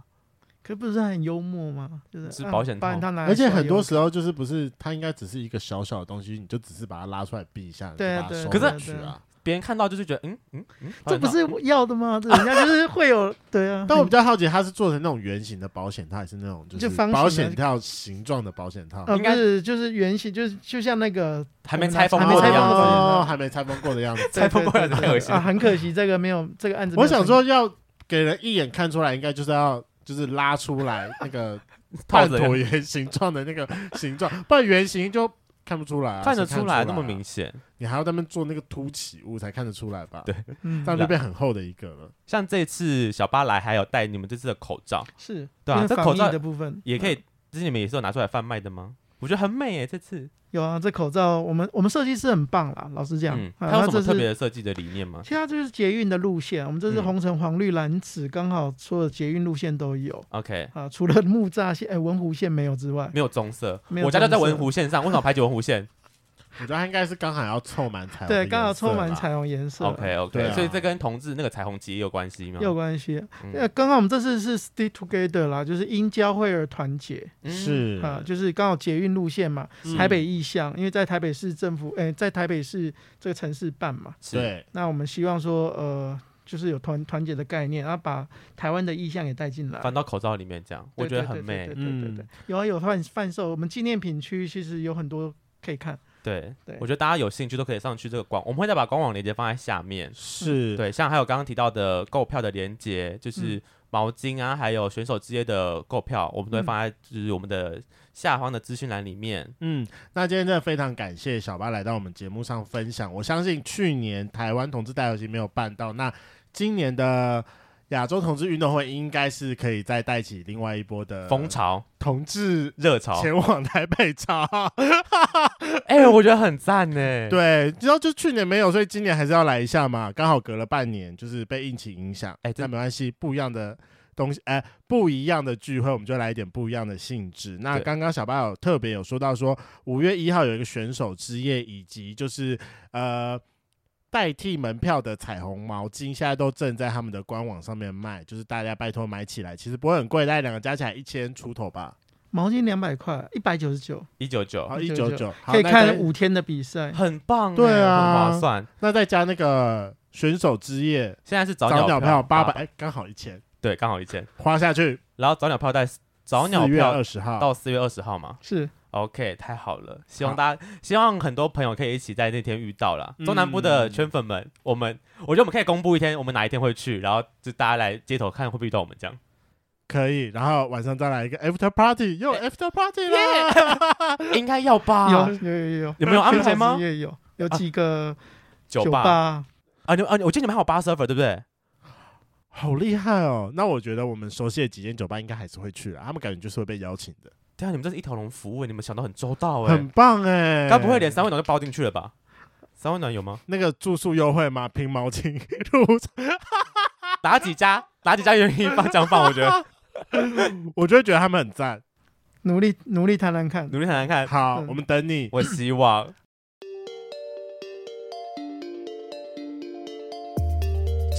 [SPEAKER 3] 可不是很幽默吗？就是
[SPEAKER 2] 是
[SPEAKER 3] 啊
[SPEAKER 2] 保险套
[SPEAKER 3] 保险套拿来
[SPEAKER 1] 而且
[SPEAKER 3] 耍
[SPEAKER 1] 很多
[SPEAKER 3] 悠
[SPEAKER 1] 时候就是不是，它应该只是一个小小的东西，你就只是把它拉出来避一下，你就
[SPEAKER 3] 对
[SPEAKER 1] 把它
[SPEAKER 3] 对
[SPEAKER 1] 收
[SPEAKER 2] 对
[SPEAKER 1] 回去
[SPEAKER 3] 对
[SPEAKER 1] 啊。
[SPEAKER 2] 别人看到就是觉得，嗯嗯嗯，
[SPEAKER 3] 这不
[SPEAKER 2] 好像
[SPEAKER 3] 是要的吗？这人家就是会
[SPEAKER 2] *laughs*
[SPEAKER 3] 有对啊。
[SPEAKER 1] 但我比较好奇，它是做成那种圆形的保险套，还是那种就
[SPEAKER 3] 就是方形的
[SPEAKER 1] 保险套形状的保险套？
[SPEAKER 3] 呃，
[SPEAKER 2] 应
[SPEAKER 3] 不
[SPEAKER 2] 该
[SPEAKER 3] 是，就是圆形，就是就像那
[SPEAKER 2] *laughs*
[SPEAKER 3] 个
[SPEAKER 2] 还没拆封
[SPEAKER 3] 还
[SPEAKER 2] 过
[SPEAKER 3] 没
[SPEAKER 2] 的
[SPEAKER 3] 拆封
[SPEAKER 2] 样
[SPEAKER 3] 过
[SPEAKER 2] 子。
[SPEAKER 1] 哦，还没拆封过的
[SPEAKER 3] *laughs*
[SPEAKER 1] 样子。
[SPEAKER 2] 拆封
[SPEAKER 3] 对对
[SPEAKER 2] 过来的
[SPEAKER 3] 对
[SPEAKER 2] 太恶心
[SPEAKER 3] 啊，很可惜，这个没有这个案子。
[SPEAKER 1] 我想，说，要给人一眼看出来，应该就是要就是拉出来那个
[SPEAKER 2] *laughs* 套
[SPEAKER 1] 半
[SPEAKER 2] 子的样
[SPEAKER 1] 椭圆形状的那个形状，不然圆形就看不出来啊，
[SPEAKER 2] 看得
[SPEAKER 1] 谁出
[SPEAKER 2] 出
[SPEAKER 1] 来啊
[SPEAKER 2] 来那么明，显。
[SPEAKER 1] 你还要在那边做那个凸起物才看得出来吧？
[SPEAKER 2] 对
[SPEAKER 3] 嗯
[SPEAKER 1] 这，样就变很厚的一个了。
[SPEAKER 2] 像这次小巴来还有戴你们这次的口罩，
[SPEAKER 3] 是，
[SPEAKER 2] 对啊
[SPEAKER 3] 因为
[SPEAKER 2] 这
[SPEAKER 3] 防
[SPEAKER 2] 口
[SPEAKER 3] 疫
[SPEAKER 2] 罩
[SPEAKER 3] 的部分
[SPEAKER 2] 也可以
[SPEAKER 3] 嗯，
[SPEAKER 2] 之前你们也是有拿出来贩卖的吗？我觉得很美诶，这次。
[SPEAKER 3] 有啊。这口罩，我们我们设计师很棒啦，老实讲
[SPEAKER 2] 嗯，，
[SPEAKER 3] 啊
[SPEAKER 2] 它有什
[SPEAKER 3] 这
[SPEAKER 2] 么
[SPEAKER 3] 是
[SPEAKER 2] 特别的设计的理念吗
[SPEAKER 3] 其实它就是捷运的路线，我们这是
[SPEAKER 2] 嗯
[SPEAKER 3] 红橙黄绿蓝紫，刚好所有捷运路线都有
[SPEAKER 2] ？OK，
[SPEAKER 3] 啊，除了木栅线、哎文湖线没有之外，
[SPEAKER 2] 没有棕色，
[SPEAKER 3] 没有
[SPEAKER 2] 我家就在
[SPEAKER 3] 棕色
[SPEAKER 2] 文湖线上，为什么排挤文湖
[SPEAKER 3] *laughs*
[SPEAKER 2] 线
[SPEAKER 1] 我觉得它应该是刚好要凑满彩虹的颜色吧，
[SPEAKER 3] 对，刚好充满彩虹颜色
[SPEAKER 2] ？OK
[SPEAKER 1] 对
[SPEAKER 2] OK，
[SPEAKER 1] 啊
[SPEAKER 2] 所以这跟同志那个彩虹旗也有关系吗
[SPEAKER 3] 也？有关系。
[SPEAKER 2] 嗯
[SPEAKER 3] 那刚刚我们这次是 Stick Together 啦，就是因交会而团结
[SPEAKER 2] 嗯
[SPEAKER 1] 是
[SPEAKER 3] 啊，就是刚好捷运路线嘛，
[SPEAKER 1] 嗯
[SPEAKER 3] 台北意向，因为在台北市政府，哎、在台北市这个城市办嘛，
[SPEAKER 2] 是
[SPEAKER 1] 对，
[SPEAKER 3] 那我们希望说，呃，就是有团团结的概念，然后把台湾的意向也带进来。
[SPEAKER 2] 翻到口罩里面这样，我
[SPEAKER 3] 对
[SPEAKER 2] 觉得很美
[SPEAKER 3] 对。对对对对对
[SPEAKER 1] 嗯
[SPEAKER 3] 有啊有贩贩售，我们纪念品区其实有很多可以看。
[SPEAKER 2] 对
[SPEAKER 3] 对，
[SPEAKER 2] 我觉得大家有兴趣都可以上去这个官，我们会再把官网链接放在下面。
[SPEAKER 3] 嗯
[SPEAKER 1] 是，
[SPEAKER 2] 对，像还有刚刚提到的购票的连接，就是毛巾啊，还有选手之夜的购票，我们都会
[SPEAKER 3] 嗯
[SPEAKER 2] 放在就是我们的下方的资讯栏里面。
[SPEAKER 1] 嗯，那今天真的非常感谢小巴来到我们节目上分享。我相信去年台湾同志大游行没有办到，那今年的。亚洲同志运动会应该是可以再带起另外一波的
[SPEAKER 2] 风潮、
[SPEAKER 1] 同志
[SPEAKER 2] 热潮，
[SPEAKER 1] 呃前往台北 *laughs* 潮。
[SPEAKER 2] *laughs* 哎、我觉得很赞呢。，
[SPEAKER 1] 对，然后就去年没有，所以今年还是要来一下嘛，刚好隔了半年，就是被疫情影响，
[SPEAKER 2] 哎
[SPEAKER 1] 那
[SPEAKER 2] 这
[SPEAKER 1] 没关系，不一样的东西，哎、不一样的聚会，我们就来一点不一样的性质。那
[SPEAKER 2] 对
[SPEAKER 1] 刚刚小巴有特别有说到说，五月一号有一个选手之夜，以及就是呃。代替门票的彩虹毛巾现在都正在他们的官网上面卖，就是大家拜托买起来，其实不会很贵，大概两个加起来一千出头吧，
[SPEAKER 3] 毛巾两百块，一百九十九，
[SPEAKER 2] 一九九
[SPEAKER 1] 好一九
[SPEAKER 3] 199
[SPEAKER 1] 九，好
[SPEAKER 3] 哦可以
[SPEAKER 1] 那
[SPEAKER 3] 看
[SPEAKER 1] 再
[SPEAKER 3] 五天的比赛。
[SPEAKER 2] 很棒欸，
[SPEAKER 1] 对啊
[SPEAKER 2] 很划算。
[SPEAKER 1] 那再加那个选手之夜，
[SPEAKER 2] 现在是早
[SPEAKER 1] 早
[SPEAKER 2] 鸟
[SPEAKER 1] 票八
[SPEAKER 2] 八
[SPEAKER 1] 百，，哎，刚好一千，
[SPEAKER 2] 对，刚好一千。
[SPEAKER 1] 花下去。
[SPEAKER 2] 然后早鸟票在早鸟
[SPEAKER 1] 4月
[SPEAKER 2] 票
[SPEAKER 1] 二十号，
[SPEAKER 2] 到四月二十号嘛。
[SPEAKER 3] 是
[SPEAKER 2] OK，太好了，希
[SPEAKER 1] 好
[SPEAKER 2] 望大家，希望很多朋友可以一起在那天遇到啦。
[SPEAKER 1] 嗯
[SPEAKER 2] 中南部的圈粉们，我们我觉得我们可以公布一天，我们哪一天会去，然后就大家来街头看会不会遇到我们这
[SPEAKER 1] *laughs*
[SPEAKER 2] 样。
[SPEAKER 1] 可以。然后晚上再来一个 after party，又有
[SPEAKER 2] 哎
[SPEAKER 1] after party 啦。
[SPEAKER 2] 耶，应该要吧？
[SPEAKER 3] 有有有有
[SPEAKER 2] 有没有安排
[SPEAKER 3] 啊最好
[SPEAKER 2] 吗啊
[SPEAKER 3] 是？也有有几个
[SPEAKER 2] 酒吧
[SPEAKER 3] 吧，
[SPEAKER 2] 啊，你们啊，我记得你们还有八 server 对不对？
[SPEAKER 1] 好厉害哦！那我觉得我们熟悉的几间酒吧应该还是会去啦，他们感觉就是会被邀请的，
[SPEAKER 2] 对啊，你们这是一条龙服务，你们想到很周到哎
[SPEAKER 1] 很。棒哎。
[SPEAKER 2] 该不会连三温暖都包进去了吧？三温暖有吗？
[SPEAKER 1] 那个住宿优惠吗？凭毛巾入场，
[SPEAKER 2] 打几家？打几家愿意放这样放？我觉 *laughs* 得
[SPEAKER 1] 我就会觉得他们很赞。
[SPEAKER 3] 努力努力谈谈看。
[SPEAKER 2] 努力想想看，
[SPEAKER 1] 好，
[SPEAKER 3] 嗯
[SPEAKER 1] 我们等你。
[SPEAKER 2] 我希望。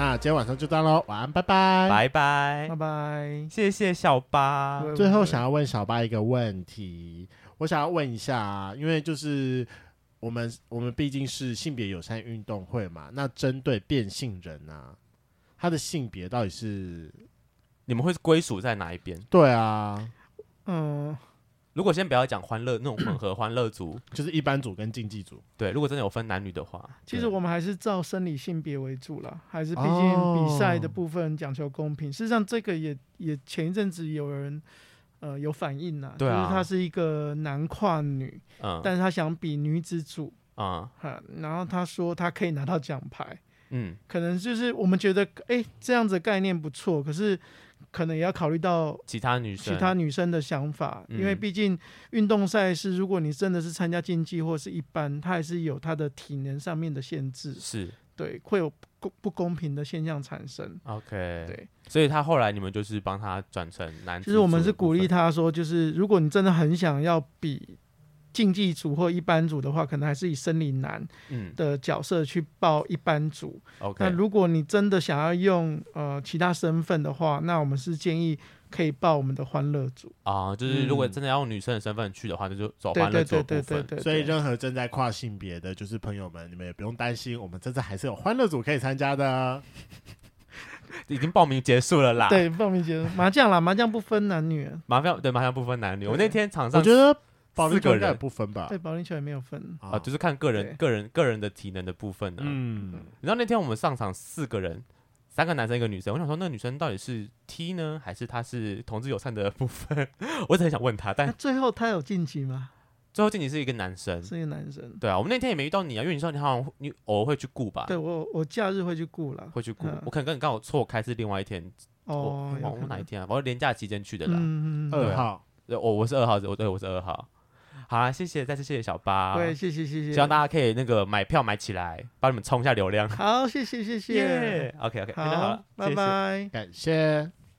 [SPEAKER 1] 那今天晚上就到喽，晚安，拜拜。
[SPEAKER 2] 拜拜
[SPEAKER 3] 拜，拜。
[SPEAKER 2] 谢谢小八。
[SPEAKER 3] 不会
[SPEAKER 1] 最
[SPEAKER 3] 不
[SPEAKER 1] 后
[SPEAKER 3] 会
[SPEAKER 1] 想要问小八一个问题，我想要问一下啊，因为就是我们我们毕竟是性别友善运动会嘛，那针对变性人啊，他的性别到底是
[SPEAKER 2] 你们会归属在哪一边？
[SPEAKER 1] 对啊，
[SPEAKER 3] 嗯，
[SPEAKER 2] 如果先不要讲欢乐那种混合欢乐 *coughs* 组，
[SPEAKER 1] 就是一般组跟竞技组，
[SPEAKER 2] 对，如果真的有分男女的话，
[SPEAKER 3] 其实
[SPEAKER 1] 对
[SPEAKER 3] 我们还是照生理性别为主啦，还是毕
[SPEAKER 1] 哦
[SPEAKER 3] 竟比赛的部分讲求公平。事实上，这个也也前一阵子有人呃有反映啦，
[SPEAKER 2] 对啊
[SPEAKER 3] 就是他是一个男跨女，
[SPEAKER 2] 嗯
[SPEAKER 3] 但是他想比女子组，
[SPEAKER 2] 嗯
[SPEAKER 3] 哈，然后他说他可以拿到奖牌，
[SPEAKER 2] 嗯，
[SPEAKER 3] 可能就是我们觉得哎、这样子的概念不错，可是可能也要考虑到
[SPEAKER 2] 其他女生，
[SPEAKER 3] 其他女生的想法，因为
[SPEAKER 2] 嗯
[SPEAKER 3] 毕竟运动赛事，如果你真的是参加竞技或是一般，它还是有它的体能上面的限制，
[SPEAKER 2] 是
[SPEAKER 3] 对，会有不公不公平的现象产生。
[SPEAKER 2] OK，
[SPEAKER 3] 对，
[SPEAKER 2] 所以他后来你们就是帮他转成男子组的部分，
[SPEAKER 3] 其实我们是鼓励他说，就是如果你真的很想要比竞技组或一般组的话，可能还是以生理男
[SPEAKER 2] 嗯
[SPEAKER 3] 的角色去报一般组。那
[SPEAKER 2] ，OK，
[SPEAKER 3] 如果你真的想要用呃其他身份的话，那我们是建议可以报我们的欢乐组。
[SPEAKER 2] 啊，就是如果
[SPEAKER 1] 嗯
[SPEAKER 2] 真的要用女生的身份去的话，那就走
[SPEAKER 3] 对
[SPEAKER 2] 欢乐
[SPEAKER 3] 对
[SPEAKER 2] 组
[SPEAKER 3] 对
[SPEAKER 2] 的部
[SPEAKER 3] 对对
[SPEAKER 2] 分。
[SPEAKER 3] 对，
[SPEAKER 1] 所以
[SPEAKER 3] 对
[SPEAKER 1] 任何正在跨性别的就是朋友们，你们也不用担心，我们这次还是有欢乐组可以参加的。啊
[SPEAKER 2] 已经报名结束了啦。，
[SPEAKER 3] 对报名结束麻将啦，麻将不分男女啊，
[SPEAKER 2] 麻烦对麻烦不分男女。我那天场
[SPEAKER 1] 我
[SPEAKER 2] 上
[SPEAKER 1] 觉得保龄
[SPEAKER 2] 四
[SPEAKER 1] 球
[SPEAKER 2] 个
[SPEAKER 1] 应该也
[SPEAKER 2] 人
[SPEAKER 1] 不分吧
[SPEAKER 3] 对，？保龄球也没有分。
[SPEAKER 1] 啊
[SPEAKER 2] 啊，就是看个
[SPEAKER 3] 对
[SPEAKER 2] 人个人个人的体能的部分呢。啊
[SPEAKER 1] 嗯，
[SPEAKER 2] 你知道那天我们上场四个人，三个男生一个女生，我想说那个女生到底是 T 呢，还是她是同志友善的部分？ *laughs* 我一直很想问她，
[SPEAKER 3] 那
[SPEAKER 2] 但
[SPEAKER 3] 最后他有晋级吗？
[SPEAKER 2] 最后竟然是一个男生。
[SPEAKER 3] 是一个男生。
[SPEAKER 2] 对啊，我们那天也没遇到你啊，因为你说你好像你偶尔会去顾吧，
[SPEAKER 3] 对我，我假日会去顾啦。
[SPEAKER 2] 啊会去顾
[SPEAKER 3] 嗯。
[SPEAKER 2] 我可能跟你刚好错开是另外一天，
[SPEAKER 3] 哦，
[SPEAKER 2] 我
[SPEAKER 3] 有
[SPEAKER 2] 我
[SPEAKER 3] 可
[SPEAKER 2] 哪一
[SPEAKER 3] 能
[SPEAKER 2] 天啊？反正连假期间去的啦。
[SPEAKER 3] 嗯嗯嗯
[SPEAKER 1] 二
[SPEAKER 2] 对啊
[SPEAKER 1] 号，
[SPEAKER 2] 对，我我是二号，我对我是二号。好啦，谢谢，再次谢谢小八，
[SPEAKER 3] 对，谢谢谢谢，
[SPEAKER 2] 啊希望大家可以那个买票买起来，帮你们冲一下流量。
[SPEAKER 3] 好，谢谢谢谢，
[SPEAKER 2] o k OK，那就好
[SPEAKER 3] 好
[SPEAKER 2] 了，，
[SPEAKER 3] 拜
[SPEAKER 2] 谢谢。
[SPEAKER 3] 拜。
[SPEAKER 1] 感谢。